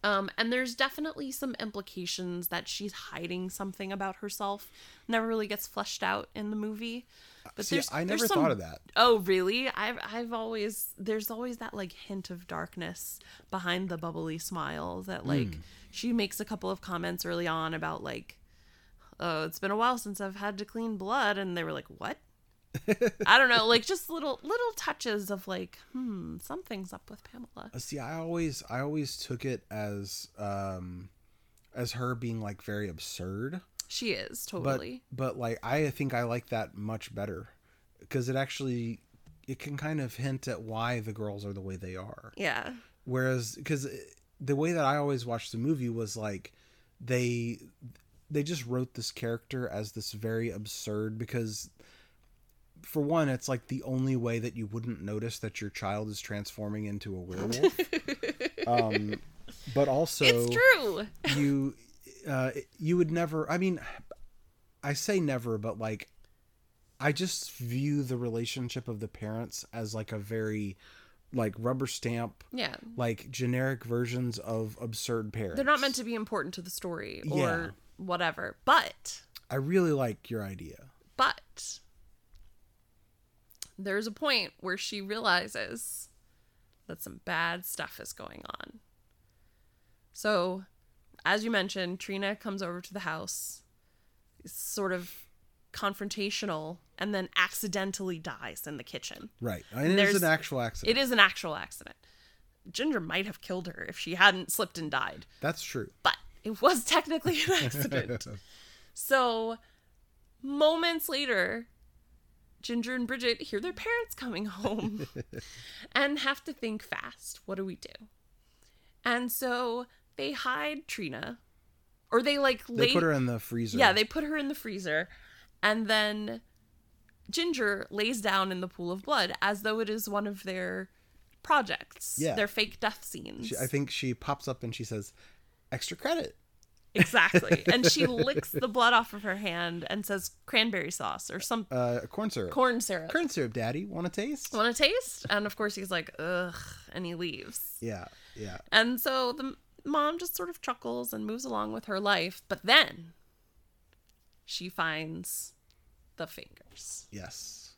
um and there's definitely some implications that she's hiding something about herself never really gets fleshed out in the movie but
See,
there's
I
there's
never
some-
thought of that.
oh really i've i've always there's always that like hint of darkness behind the bubbly smile
Hmm.
that like she makes a couple of comments early on about like oh it's been a while since i've had to clean blood and they were like what i don't know like just little little touches of like hmm something's up with pamela
Uh, See, I always I always took it as um as her being like very absurd.
she is
But
totally
but like I think I like that much better because it actually it can kind of hint at why the girls are the way they are.
Yeah.
Whereas cuz the way that I always watched the movie was like they they just wrote this character as this very absurd because for one it's like the only way that you wouldn't notice that your child is transforming into a werewolf um, but also
it's true.
you uh, you would never i mean i say never but like i just view the relationship of the parents as like a very like rubber stamp
Yeah.
like generic versions of absurd parents
They're not meant to be important to the story or
Yeah.
whatever. But
i really like your idea
but there's a point where she realizes that some bad stuff is going on. So, as you mentioned, Trina comes over to the house, is sort of confrontational, and then accidentally dies in the kitchen.
right and it
There's-
is an actual accident
It is an actual accident. Ginger might have killed her if she hadn't slipped and died.
that's true
but it was technically an accident. so moments later, Ginger and Bridget hear their parents coming home and have to think fast. What do we do? And so they hide Trina, or they like
they
lay-
put her in the freezer
yeah, they put her in the freezer, and then Ginger lays down in the pool of blood as though it is one of their projects.
Yeah.
their fake death scenes.
She- I think she pops up and she says, "Extra credit."
Exactly. And she licks the blood off of her hand and says cranberry sauce or some
Uh, corn syrup.
corn syrup.
corn syrup, Daddy. Want to taste?
Want to taste? And of course he's like, ugh, and he leaves.
yeah, yeah.
And so the m- mom just sort of chuckles and moves along with her life. But then she finds the fingers
Yes,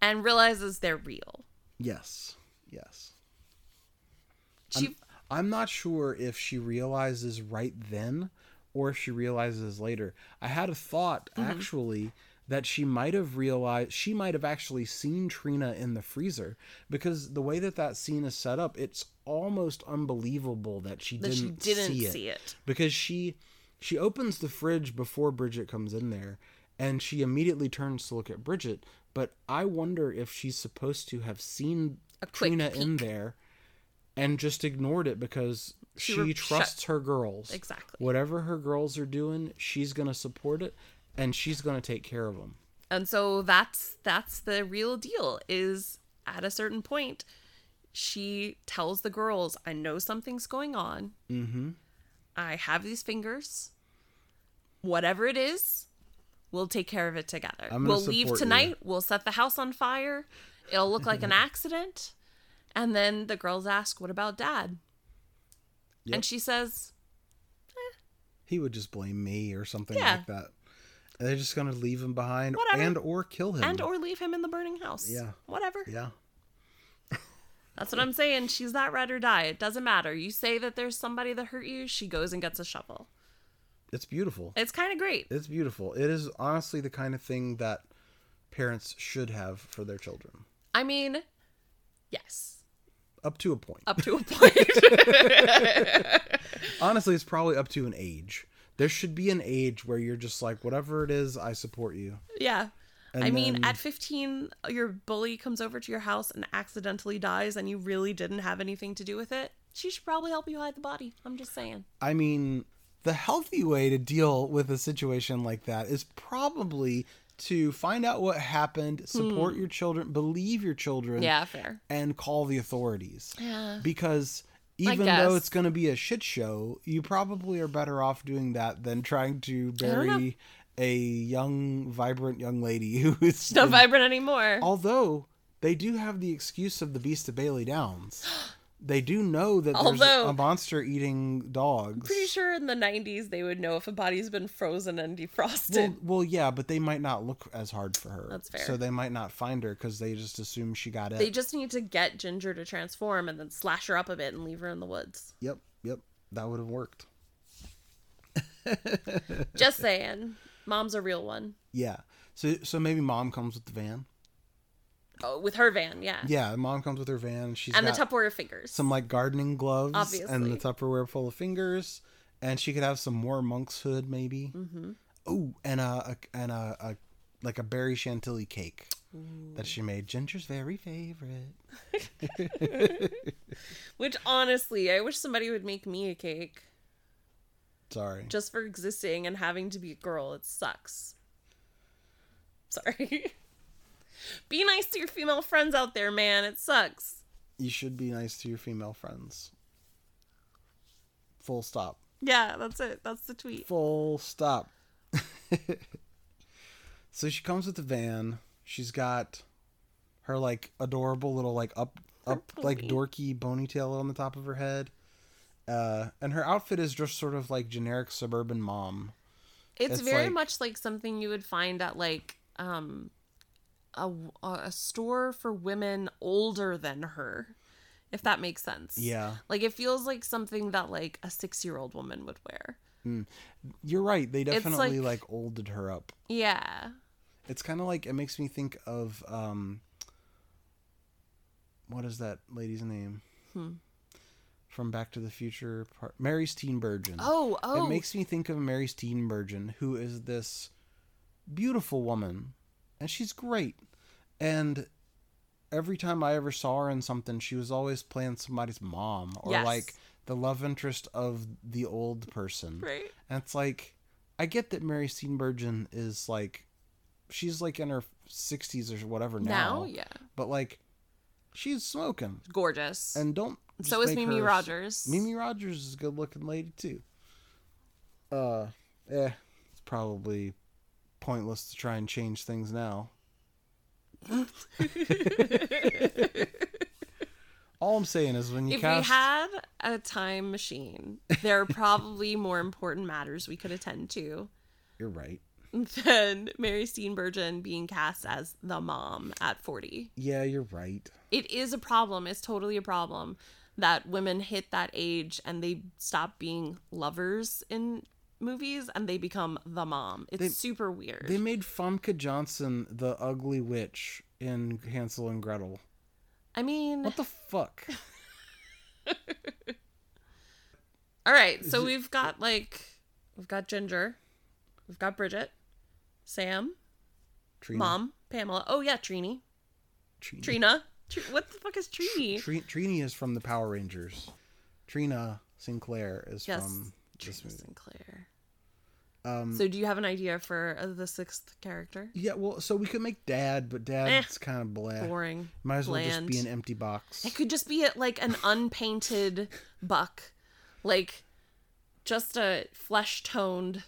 and realizes they're real.
yes, yes.
She,
I'm not sure if she realizes right then, or if she realizes later. I had a thought
Mm-hmm.
actually that she might have realized she might have actually seen Trina in the freezer because the way that that scene is set up, it's almost unbelievable that she
That she
didn't,
didn't
see, it
see it.
because she she opens the fridge before Bridget comes in there and she immediately turns to look at Bridget but I wonder if she's supposed to have seen
A quick
Trina in there and just ignored it because
She
she,
re-
trusts her girls
Exactly.
whatever her girls are doing she's going to support it and she's going to take care of them
and so that's that's the real deal is at a certain point she tells the girls i know something's going on mm-hmm. i have these fingers whatever it is we'll take care of it together
I'm gonna
we'll leave
support you."
tonight we'll set the house on fire it'll look like an accident and then the girls ask what about dad
Yep.
and she says
he would just blame me or something
Yeah.
like that And they're just going to leave him behind
Whatever.
and or kill him
and or leave him in the burning house
Yeah.
whatever
yeah
That's what I'm saying. She's that ride or die. It doesn't matter. You say that there's somebody that hurt you, she goes and gets a shovel.
it's beautiful
It's kind of great.
It's beautiful. It is honestly the kind of thing that parents should have for their children,
I mean, yes,
up to a point.
up to a point.
Honestly, it's probably up to an age. There should be an age where you're just like, whatever it is, I support you.
yeah. I mean,
then-
at 15, your bully comes over to your house and accidentally dies, and you really didn't have anything to do with it. She should probably help you hide the body. I'm just saying.
I mean, the healthy way to deal with a situation like that is probably to find out what happened, support your children, believe your children,
Hmm. Yeah, fair.
and call the authorities.
Yeah.
Because even
guess.
though it's going to be a shit show, you probably are better off doing that than trying to
don't know.
bury a young, vibrant young lady who is.
She's not vibrant anymore.
Although they do have the excuse of the Beast of Bailey Downs. They do know that
Although-
there's a monster eating dogs.
Pretty sure in the 90s they would know if a body's been frozen and
Well,
defrosted.
well, yeah, but they might not look as hard for her.
That's fair.
So they might not find her because they just assume she got it.
They just need to get Ginger to transform and then slash her up a bit and leave her in the woods.
Yep, yep. That would have worked.
Just saying. Mom's a real one.
Yeah. So, so maybe mom comes with the van.
Oh, with her van, yeah.
Yeah, mom comes with her van. She's
and the
got
Tupperware fingers.
some like gardening gloves and
Obviously.
the Tupperware full of fingers, and she could have some more monk's hood maybe. Mm-hmm. Oh, and a, a and a, a like a berry chantilly cake that she made. Ginger's very favorite.
Which honestly, I wish somebody would make me a cake
Sorry,
just for existing and having to be a girl. It sucks. Sorry. be nice to your female friends out there, man. It sucks.
you should be nice to your female friends. Full stop.
Yeah, that's it. That's the tweet.
Full stop. so she comes with the van. She's got her like adorable little like up up like
pony.
dorky ponytail on the top of her head. Uh, and her outfit is just sort of like generic suburban mom.
It's,
It's
very
like-
much like something you would find at like um a a store for women older than her, if that makes sense.
Yeah.
Like it feels like something that like a 6-year-old woman would wear.
You're right. They
It's
definitely
like-
like, olded her up.
Yeah.
It's kind of like it makes me think of um what is that lady's name?
Hmm.
From Back to the Future, part, Mary Steenburgen.
Oh, oh.
Mm. It makes me think of Mary Steenburgen, who is this beautiful woman, and she's great. And every time I ever saw her in something, she was always playing somebody's mom or
Yes.
like the love interest of the old person.
right.
And it's like, I get that Mary Steenburgen is like, she's like in her 60s or whatever now.
Now, yeah.
But like, she's smoking.
Gorgeous.
And don't.
so
just
is
make
Mimi
her-
Rogers.
Mimi Rogers is a good looking lady too. Uh eh. It's probably pointless to try and change things now. All I'm saying is when you
If
cast
we had a time machine, there are probably more important matters we could attend to
You're right.
than Mary Steenburgen being cast as the mom at 40.
Yeah, you're right.
it is a problem. It's totally a problem that women hit that age and they stop being lovers in movies and they become the mom. It's
They-
super weird.
They made Famke Johnson the ugly witch in Hansel and Gretel.
I mean,
What the fuck?
all right. So we've got like we've got Ginger, we've got Bridget, Sam,
Trina.
Mom, Pamela. Oh yeah, Trini,
Trina.
Trina. Tr- what the fuck is Trini?
Tri- Trini is from the Power Rangers. Trina Sinclair is
yes,
from um, this
Trina
movie.
Sinclair.
Um,
So do you have an idea for uh, the sixth character?
yeah, well, so we could make Dad, but Dad's kind of bland.
Eh. Boring.
Might as well
bland.
just be an empty box.
It could just be uh, like an unpainted buck, like just a flesh toned,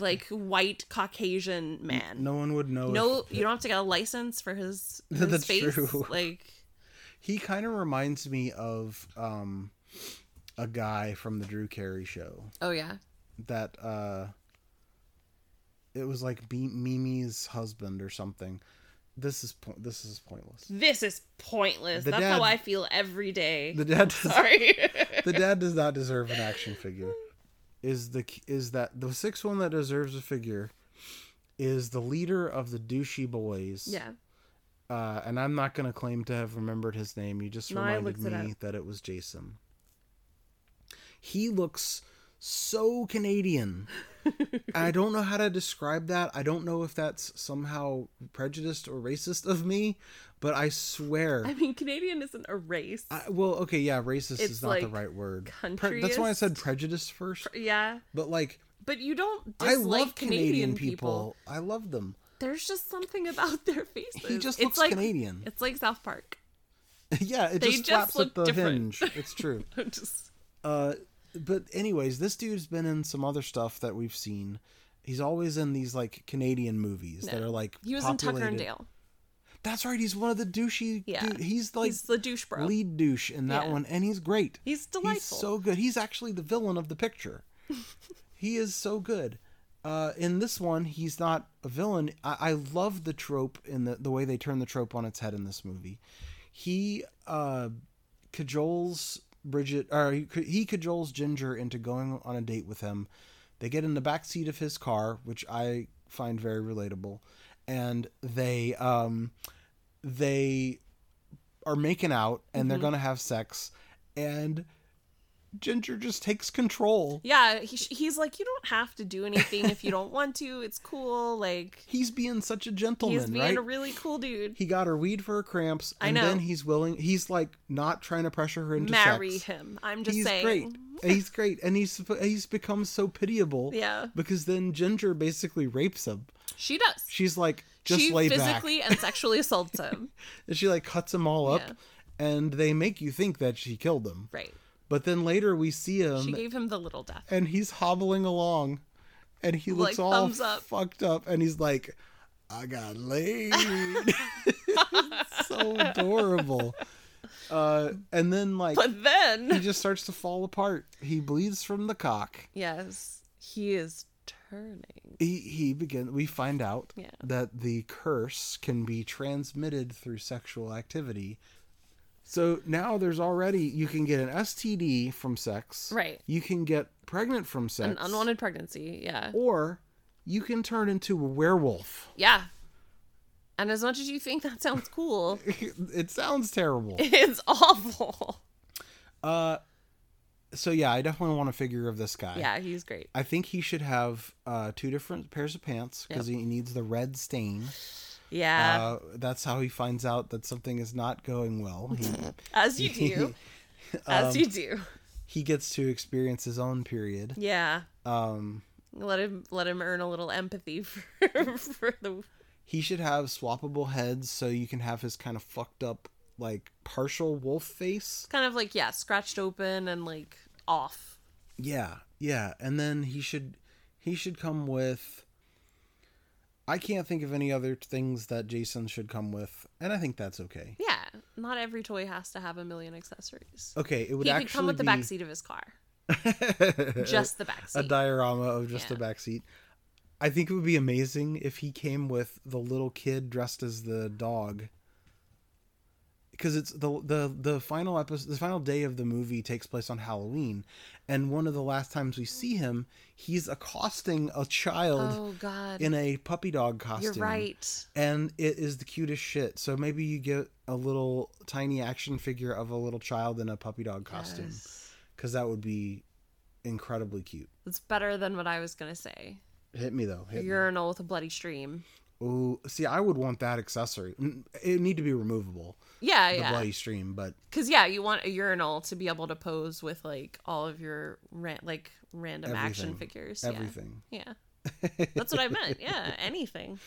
like white Caucasian man.
No one would know.
No,
if-
you don't have to get a license for his, his
That's
face.
true.
Like
he kind of reminds me of um, a guy from the Drew Carey show.
oh yeah,
that uh it was like B- Mimi's husband or something. This is po- this is pointless.
this is pointless.
The
That's how
dad-
I feel every day.
The dad does,
Sorry.
the dad does not deserve an action figure. Is the is that the sixth one that deserves a figure is the leader of the douchey boys.
yeah,
Uh, and I'm not gonna claim to have remembered his name. You just
No, I
reminded
looked it
me that it was Jason. He looks so Canadian. I don't know how to describe that. I don't know if that's somehow prejudiced or racist of me, but I swear.
I mean Canadian isn't a race.
I, well, okay, yeah, racist
It's
is not the
like
right word. Pre- that's why I said prejudice first.
yeah,
But like,
but you don't
I
dislike
love
Canadian,
Canadian
people.
people. I love them.
There's just something about their faces.
He just
It's
looks
like-
Canadian.
It's like South Park.
yeah, it
they
just
just
flaps at
look
the
different.
hinge. It's true.
just
Uh, but anyways, this dude's been in some other stuff that we've seen. He's always in these like Canadian movies that
No.
are like
he was in Tucker
populated-
and Dale.
That's right. He's one of the douchey.
Yeah.
du- he's like
he's the douche bro.
lead douche in that
Yeah.
one, and he's great.
He's delightful.
He's so good. He's actually the villain of the picture. he is so good. Uh, in this one, he's not a villain. I, I love the trope in the the way they turn the trope on its head in this movie. He uh, cajoles Bridget, or he, ca- he cajoles Ginger into going on a date with him. They get in the back seat of his car, which I find very relatable, and they um, they are making out and
Mm-hmm.
they're gonna have sex and ginger just takes control
yeah, he, he's like you don't have to do anything if you don't want to. It's cool. Like
he's being such a gentleman
he's being
right
a really cool dude.
he got her weed for her cramps
I
and
know.
then he's willing he's like not trying to pressure her into
Marry
sex
him. I'm just "Mm-hmm."
he's
saying.
great he's great and he's he's become so pitiable
Yeah.
because then ginger basically rapes him
She does.
she's like just
she
lay back
physically and sexually assaults him.
and she like cuts him all up
Yeah.
and they make you think that she killed him
Right.
but then later we see him
She gave him the little death.
and he's hobbling along and he looks
Like,
all
thumbs up.
fucked up and he's like i got laid It's so adorable uh, and then like
But
he
then
just starts to fall apart he bleeds from the cock
yes, he is turning.
he, he begin we find out
Yeah.
that the curse can be transmitted through sexual activity so now there's already you can get an std from sex
Right.
you can get pregnant from sex
An unwanted pregnancy. Yeah.
or you can turn into a werewolf.
Yeah. And as much as you think that sounds cool,
it sounds terrible. Uh,
it's awful.
So yeah, I definitely want a figure of this guy.
Yeah, he's great.
I think he should have uh, two different pairs of pants because he needs the red stain.
Yeah,
Uh, that's how he finds out that something is not going well. He,
as you do. as
um,
you do.
he gets to experience his own period.
Yeah.
Um,
Let him let him earn a little empathy for, for the
he should have swappable heads so you can have his kind of fucked up, like partial wolf face.
kind of like yeah, scratched open and like off.
Yeah, yeah, and then he should he should come with. I can't think of any other things that Jason should come with, and I think that's okay.
Yeah, not every toy has to have a million accessories.
Okay, it would
he
actually
could come with the
be
back seat of his car. Just the back
a
seat.
diorama of just
Yeah.
the back seat. I think it would be amazing if he came with the little kid dressed as the dog. because it's the the the final episode, the final day of the movie takes place on Halloween, and one of the last times we see him, he's accosting a child
Oh God,
in a puppy dog costume.
you're right.
And it is the cutest shit. So maybe you get a little tiny action figure of a little child in a puppy dog costume
Yes.
because that would be incredibly cute.
It's better than what I was gonna say.
Hit me though. Hit me.
Urinal with a bloody stream.
Ooh, see, I would want that accessory. N- It would need to be removable.
Yeah,
The
yeah.
bloody stream, but
Because yeah, you want a urinal to be able to pose with like all of your ran- like random action
Everything.
figures.
everything.
Yeah. yeah. That's what I meant. Yeah, anything.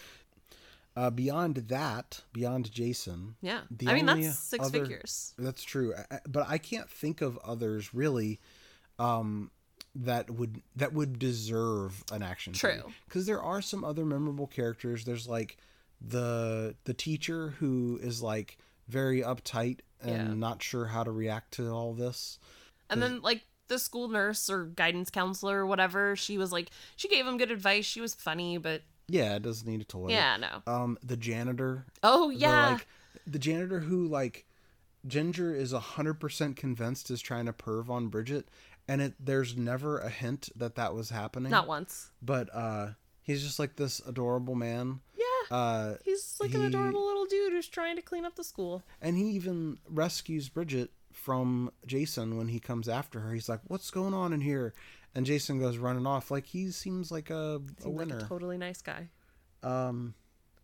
Uh, beyond that, beyond Jason,
Yeah.
The
I mean,
only
that's six
other-
figures.
that's true. I- I- But I can't think of others really um, that would that would deserve an action.
True.
because there are some other memorable characters. There's like the the teacher who is like very uptight and
Yeah.
not sure how to react to all this.
And then like the school nurse or guidance counselor or whatever, she was like, she gave him good advice. She was funny, but
Yeah, it does need a toilet.
yeah, no.
Um, the janitor
Oh
They're
yeah.
like the janitor who like Ginger is hundred percent convinced is trying to perv on Bridget, and it there's never a hint that that was happening.
Not once.
But uh, he's just like this adorable man.
Yeah.
Uh,
He's like an
he-
adorable little dude who's trying to clean up the school.
and he even rescues Bridget from Jason when he comes after her. He's like, "What's going on in here?" And Jason goes running off. Like he seems like a, a
Seems like
winner.
a totally nice guy.
um,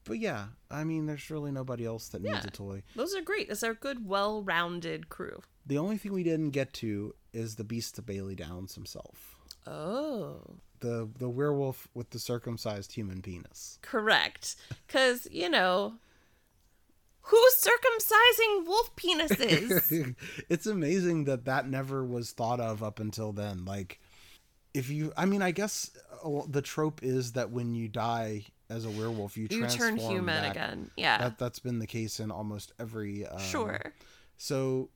but yeah, I mean, there's really nobody else that needs a toy.
Those are great. That's our good, well-rounded crew.
The only thing we didn't get to is the beast of Bailey Downs himself.
Oh.
The the werewolf with the circumcised human penis.
Correct. Because, you know, who's circumcising wolf penises?
it's amazing that that never was thought of up until then. Like if you I mean I guess uh, the trope is that when you die as a werewolf you,
you turn
transform
human
back.
again. Yeah.
That that's been the case in almost every um,
sure.
So,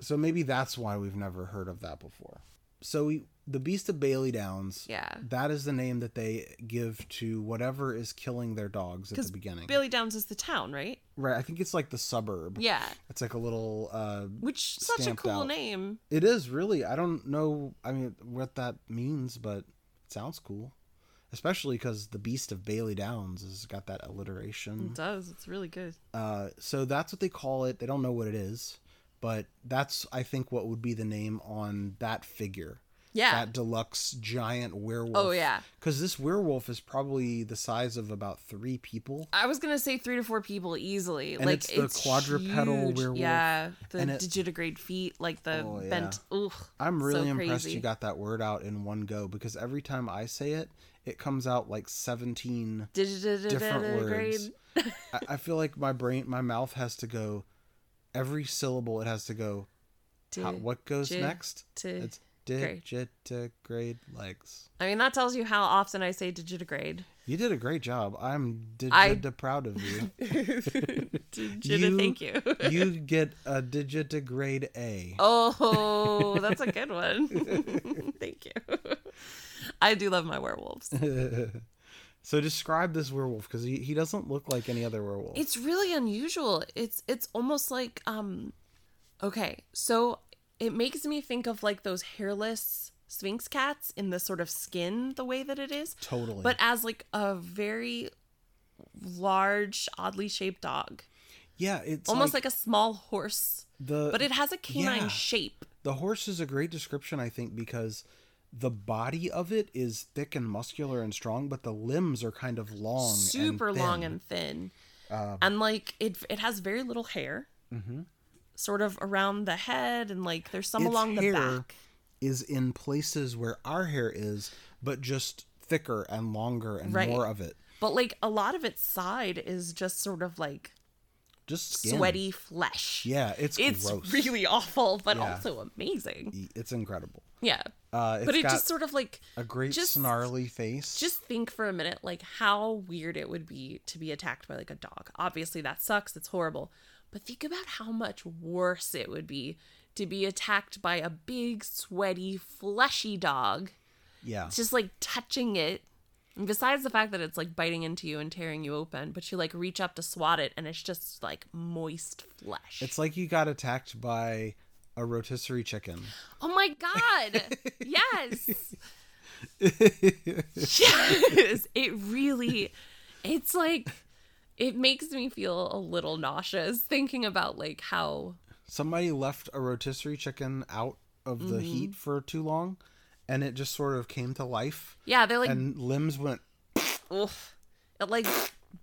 so maybe that's why we've never heard of that before. So we, the Beast of Bailey Downs.
Yeah.
That is the name that they give to whatever is killing their dogs at
'Cause
the beginning.
Bailey Downs is the town, right?
right. I think it's like the suburb.
Yeah.
It's like a little. Uh,
Which such a
Stamped
cool
out.
name.
it is really. I don't know. I mean, what that means, but it sounds cool. Especially because the Beast of Bailey Downs has got that alliteration.
It does. It's really good.
Uh, so that's what they call it. They don't know what it is, but that's I think what would be the name on that figure.
Yeah.
That deluxe giant werewolf.
Oh, yeah.
Because this werewolf is probably the size of about three people.
I was gonna say three to four people easily.
And
like
it's the quadrupedal
huge.
werewolf.
Yeah, the
And it-
digitigrade feet, like the
Oh, yeah.
bent. Ugh,
I'm really
so
impressed
crazy.
you got that word out in one go because every time I say it, it comes out like 17 different words.
Digitigrade.
I, I feel like my brain, my mouth has to go every syllable. It has to go. How, what goes
Dig-
next?
dig-
It's
grade.
digitigrade legs.
I mean, that tells you how often I say digitigrade.
You did a great job. I'm did
I-
proud of you.
Digita, thank you.
you get a digitigrade A.
Oh, that's a good one. thank you. I do love my werewolves.
So describe this werewolf because he, he doesn't look like any other werewolf.
It's really unusual. It's it's almost like um okay, so it makes me think of like those hairless sphinx cats in the sort of skin the way that it is,
totally.
but as like a very large oddly shaped dog.
yeah, it's
almost like, a small horse,
the
but it has a canine
yeah.
shape.
the horse is a great description I think because the body of it is thick and muscular and strong, but the limbs are kind of long,
super
and
long
thin. Um,
and thin, and like it it has very little hair, sort of around the head, and like there's some
Mm-hmm. Its
along the
hair
back.
is in places where our hair is, but just thicker and longer and
Right.
more of it.
But like a lot of its side is just sort of like
Just skin.
sweaty flesh.
Yeah, it's
It's
gross.
really awful, but
Yeah.
also amazing.
it's incredible.
Yeah.
Uh, it's
but it
got
just sort of like
a great
just-
snarly face.
just think for a minute like how weird it would be to be attacked by like a dog. Obviously that sucks, it's horrible. But think about how much worse it would be to be attacked by a big, sweaty, fleshy dog.
yeah,
It's just like touching it And Besides the fact that it's like biting into you and tearing you open, but you like reach up to swat it and it's just like moist flesh.
It's like you got attacked by a rotisserie chicken.
oh my god. yes. yes. It really it's like it makes me feel a little nauseous thinking about like how
Somebody left a rotisserie chicken out of
Mm-hmm.
the heat for too long and it just sort of came to life
yeah, they're like
and limbs went
oof, like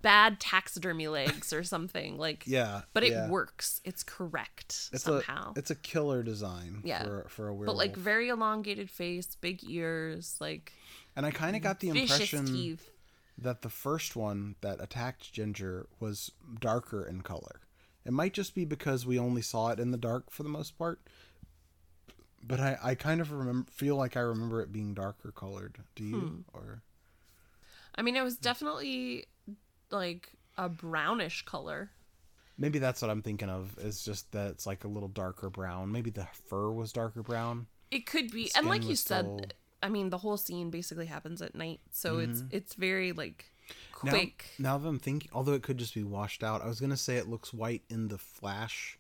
bad taxidermy legs or something like
yeah.
but it
yeah.
works. It's correct
It's
somehow.
a it's a killer design
Yeah.
for for a werewolf.
but like very elongated face, big ears, like
and I kind of got the
vicious
impression
teeth.
that the first one that attacked Ginger was darker in color. It might just be because we only saw it in the dark for the most part. But I, I kind of remember feel like I remember it being darker colored. Do you
Hmm.
or
I mean, it was definitely like a brownish color.
maybe that's what I'm thinking of? Is just that it's like a little darker brown. Maybe the fur was darker brown.
It could be,
skin
and like you
was
said,
still-
I mean, the whole scene basically happens at night, so it's it's very like
Mm-hmm. Now-
quick.
Now, that I'm thinking, although it could just be washed out, I was gonna say it looks white in the flash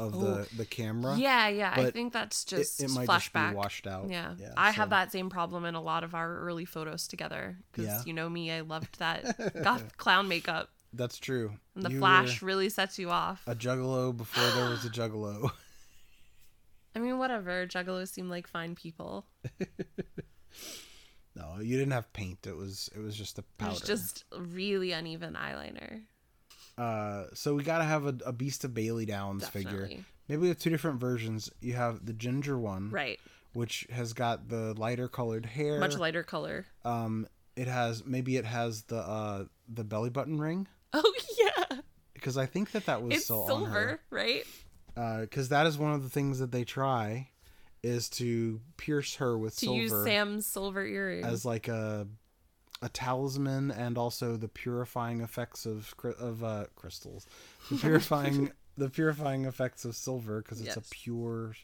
of the the camera.
yeah, yeah. I
but
think that's
it,
just
it might just
flashback.
be washed out.
Yeah. I have
so-
that same problem in a lot of our early photos together because
Yeah.
you know me, I loved that goth clown makeup,
That's true.
and the
You were-
flash really sets you off.
A juggalo before there was a juggalo.
I mean, whatever. Juggalos seem like fine people.
no, you didn't have paint. It was it was just the
It
powder.
was just really uneven eyeliner.
uh, so we gotta have a, a Beast of Bailey Downs figure.
Definitely.
Maybe we have two different versions. You have the ginger one,
Right.
which has got the lighter colored hair.
Much lighter color.
Um, it has maybe it has the uh the belly button ring
Oh yeah.
because I think that that was
It's
still on her.
silver, right?
Because that is one of the things that they try is to pierce her with
To
silver.
use Sam's silver earring.
as like a a talisman and also the purifying effects of cry- of uh, crystals, the purifying the purifying effects of silver because it's
Yes.
a pure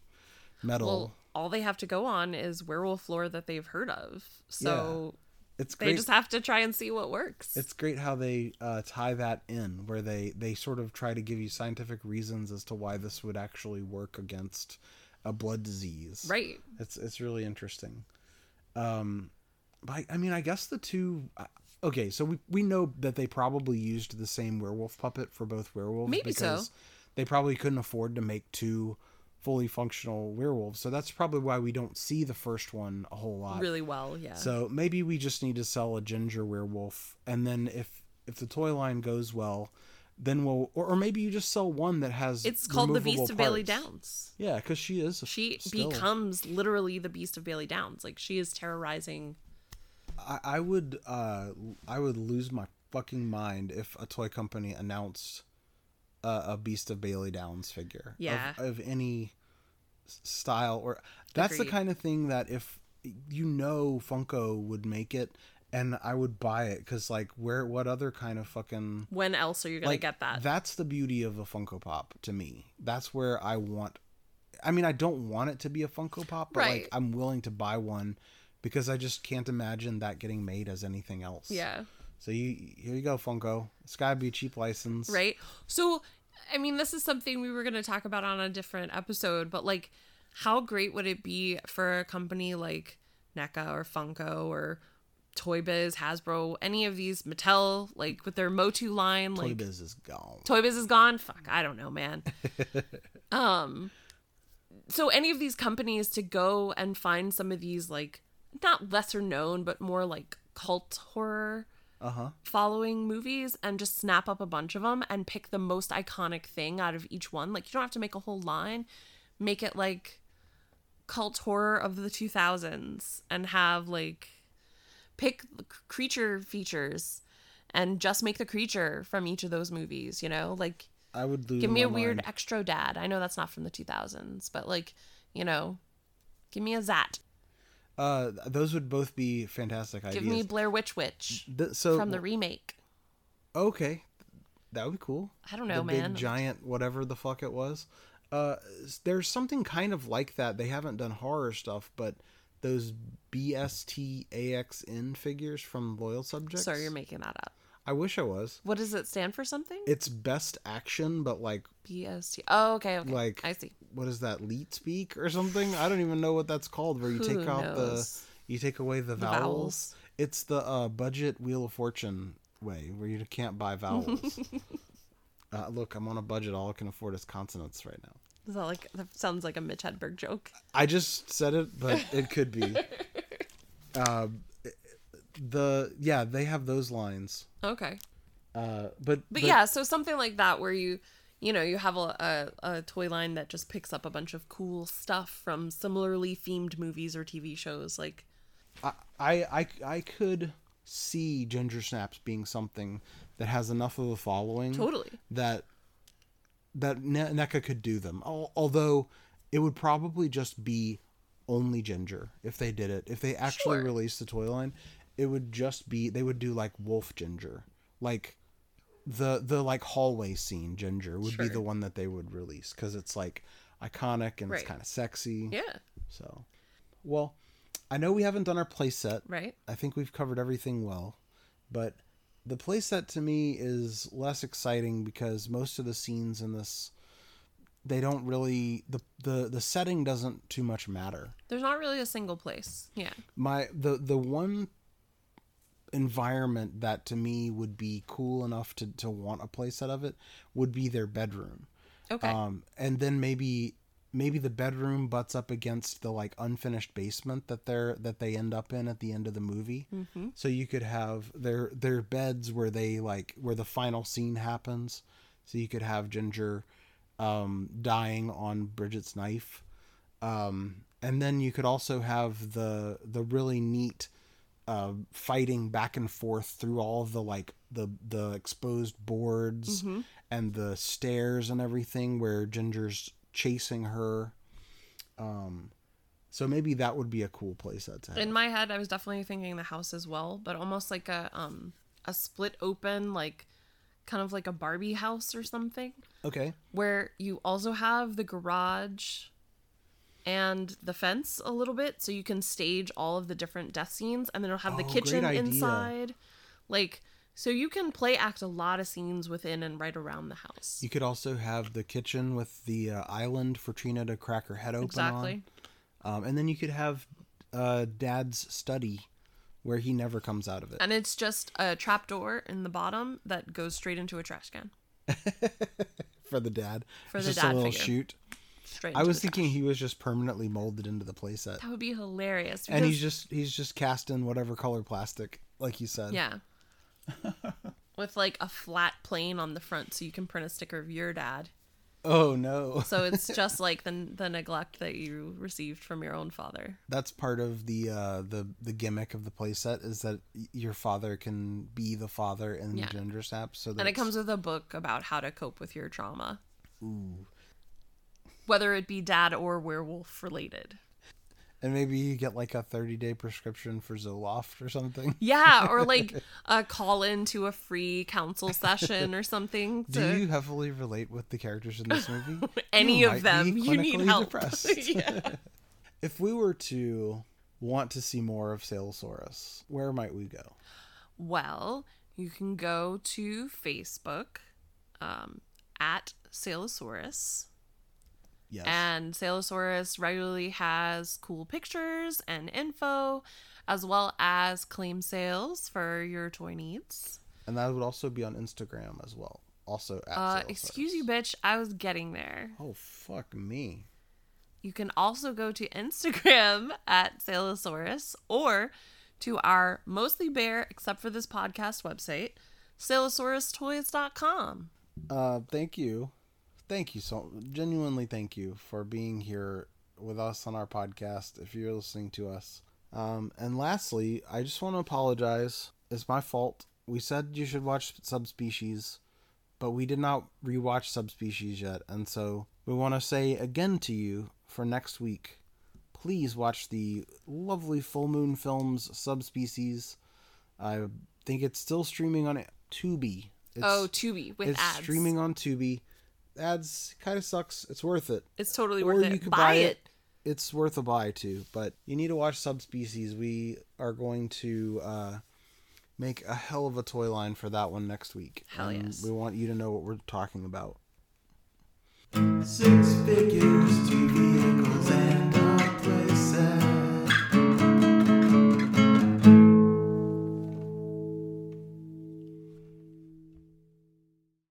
metal.
well, all they have to go on is werewolf lore that they've heard of. So
it's
they
great.
just have to try and see what works.
it's great how they uh, tie that in, where they they sort of try to give you scientific reasons as to why this would actually work against a blood disease.
right.
It's it's really interesting. Um, but I, I mean, I guess the two. I- Okay, so we we know that they probably used the same werewolf puppet for both werewolves.
Maybe so.
They probably couldn't afford to make two fully functional werewolves, so that's probably why we don't see the first one a whole lot.
Really well, yeah.
So maybe we just need to sell a ginger werewolf, and then if if the toy line goes well, then we'll or, or maybe you just sell one that has
it's called the
removable
Beast of Bailey
parts.
Downs.
Yeah, because she is a-
She
still.
becomes literally the Beast of Bailey Downs. Like she is terrorizing
I, I would uh I would lose my fucking mind if a toy company announced uh, a Beast of Bailey Downs figure. of-
Yeah.
Of, any s- style or that's the
Agreed.
kind of thing that if you know Funko would make it and I would buy it cuz like where what other kind of fucking
when else are you gonna
like
get that?
That's the beauty of a Funko Pop to me. That's where I want. I mean, I don't want it to be a Funko Pop, but
Right.
like I'm willing to buy one because I just can't imagine that getting made as anything else.
Yeah.
So you here you go Funko. It's got to be a cheap license.
right? So, I mean, this is something we were going to talk about on a different episode, but like, how great would it be for a company like NECA or Funko or Toy Biz, Hasbro, any of these, Mattel, like with their Motu line,
Toy
like
Biz is gone.
Toy Biz is gone. Fuck, I don't know, man. um, so any of these companies to go and find some of these like not lesser known but more like cult horror
Uh huh.
following movies and just snap up a bunch of them and pick the most iconic thing out of each one. Like you don't have to make a whole line. Make it like cult horror of the 2000s and have like pick c- creature features and just make the creature from each of those movies, you know? Like
I would lose.
give me a
my
weird
mind.
extra dad. I know that's not from the 2000s, but like, you know, give me a Zat.
Uh, those would both be fantastic
Give me
ideas.
Blair Witch Witch
Th- so
from the remake.
okay, that would be cool.
I don't know,
the
man.
Big giant, whatever the fuck it was. Uh, s- there's something kind of like that. They haven't done horror stuff, but those BSTAXN figures from Loyal Subjects.
Sorry, you're making that up.
I wish I was.
What does it stand for? Something?
It's best action, but like
BST. Oh, okay, okay.
like
I see.
What is that? Leet speak or something? I don't even know what that's called. Where you take
Who
out the
knows?
you take away the, vowels.
vowels.
It's the uh, budget Wheel of Fortune way where you can't buy vowels. uh, look, I'm on a budget. All I can afford is consonants right now.
Is that like that sounds like a Mitch Hedberg joke?
I just said it, but it could be. uh, the yeah, they have those lines.
Okay,
Uh, but
but, yeah, so something like that where you you know you have a, a a toy line that just picks up a bunch of cool stuff from similarly themed movies or TV shows. Like
I, I, I, I could see Ginger Snaps being something that has enough of a following.
Totally.
That that ne- NECA could do them. Al- Although it would probably just be only Ginger if they did it. If they actually
Sure.
released the toy line, it would just be they would do like Wolf Ginger, like the the like hallway scene Ginger would be
Sure.
the one that they would release because it's like iconic and
Right.
it's kind of sexy.
yeah,
So, well, I know we haven't done our playset.
right.
I think we've covered everything well, but the playset to me is less exciting because most of the scenes in this they don't really the the the setting doesn't too much matter.
There's not really a single place. Yeah,
My the the one environment that to me would be cool enough to to want a playset of it would be their bedroom.
okay,
Um, and then maybe maybe the bedroom butts up against the like unfinished basement that they're that they end up in at the end of the movie. Mm-hmm. So you could have their their beds where they like where the final scene happens. So you could have Ginger um, dying on Bridget's knife, um, and then you could also have the the really neat uh, fighting back and forth through all of the like the the exposed boards
Mm-hmm.
and the stairs and everything where Ginger's chasing her. Um, so maybe that would be a cool place that to have.
In my head, I was definitely thinking the house as well, but almost like a um a split open like kind of like a Barbie house or something
okay,
where you also have the garage and the fence a little bit so you can stage all of the different death scenes and then it'll have the
Oh, great
kitchen
idea.
inside. Like so you can play act a lot of scenes within and right around the house.
you could also have the kitchen with the uh, island for Trina to crack her head open
Exactly.
on, um, and then you could have uh, Dad's study where he never comes out of it.
And it's just a trap door in the bottom that goes straight into a trash can.
for the dad.
For
it's
the
just a
dad
little
figure.
shoot.
Straight
I
into
was
the trash.
thinking he was just permanently molded into the playset,
that would be hilarious.
and
because-
he's just he's just cast in whatever color plastic, like you said.
Yeah. With like a flat plane on the front so you can print a sticker of your dad.
Oh no,
So it's just like the the neglect that you received from your own father.
that's part of the uh, the the gimmick of the playset is that y- your father can be the father in
Yeah.
Ginger Snaps. So
And it
that's-
comes with a book about how to cope with your trauma. Ooh. Whether it be dad or werewolf related.
and maybe you get like a thirty day prescription for Zoloft or something.
Yeah, or like a call in to a free council session or something.
Do
To
you heavily relate with the characters in this movie?
any
You
of
might be
them, you need
clinically
help.
depressed.
yeah.
if we were to want to see more of Salesaurus, where might we go?
Well, you can go to Facebook um, at Salosaurus.
Yes.
And Salosaurus regularly has cool pictures and info, as well as claim sales for your toy needs.
And that would also be on Instagram as well. Also at
Uh,
Sales
excuse
Service.
you, bitch. I was getting there.
Oh fuck me.
You can also go to Instagram at Salosaurus or to our mostly bear, except for this podcast website, salosaurustoys.com.
Uh thank you. Thank you so genuinely thank you for being here with us on our podcast if you're listening to us. Um and lastly, I just want to apologize. It's my fault. We said you should watch Subspecies, but we did not rewatch Subspecies yet, and so we want to say again to you for next week. Please watch the lovely Full Moon Films Subspecies. I think it's still streaming on Tubi. It's,
Oh, Tubi with
it's
ads.
streaming on Tubi. Ads kind of sucks. It's worth it.
It's totally
Or
worth it.
you could
buy,
buy
it.
it. it's worth a buy too, but you need to watch Subspecies. We are going to uh, make a hell of a toy line for that one next week.
Hell
and
yes.
We want you to know what we're talking about.
Six figures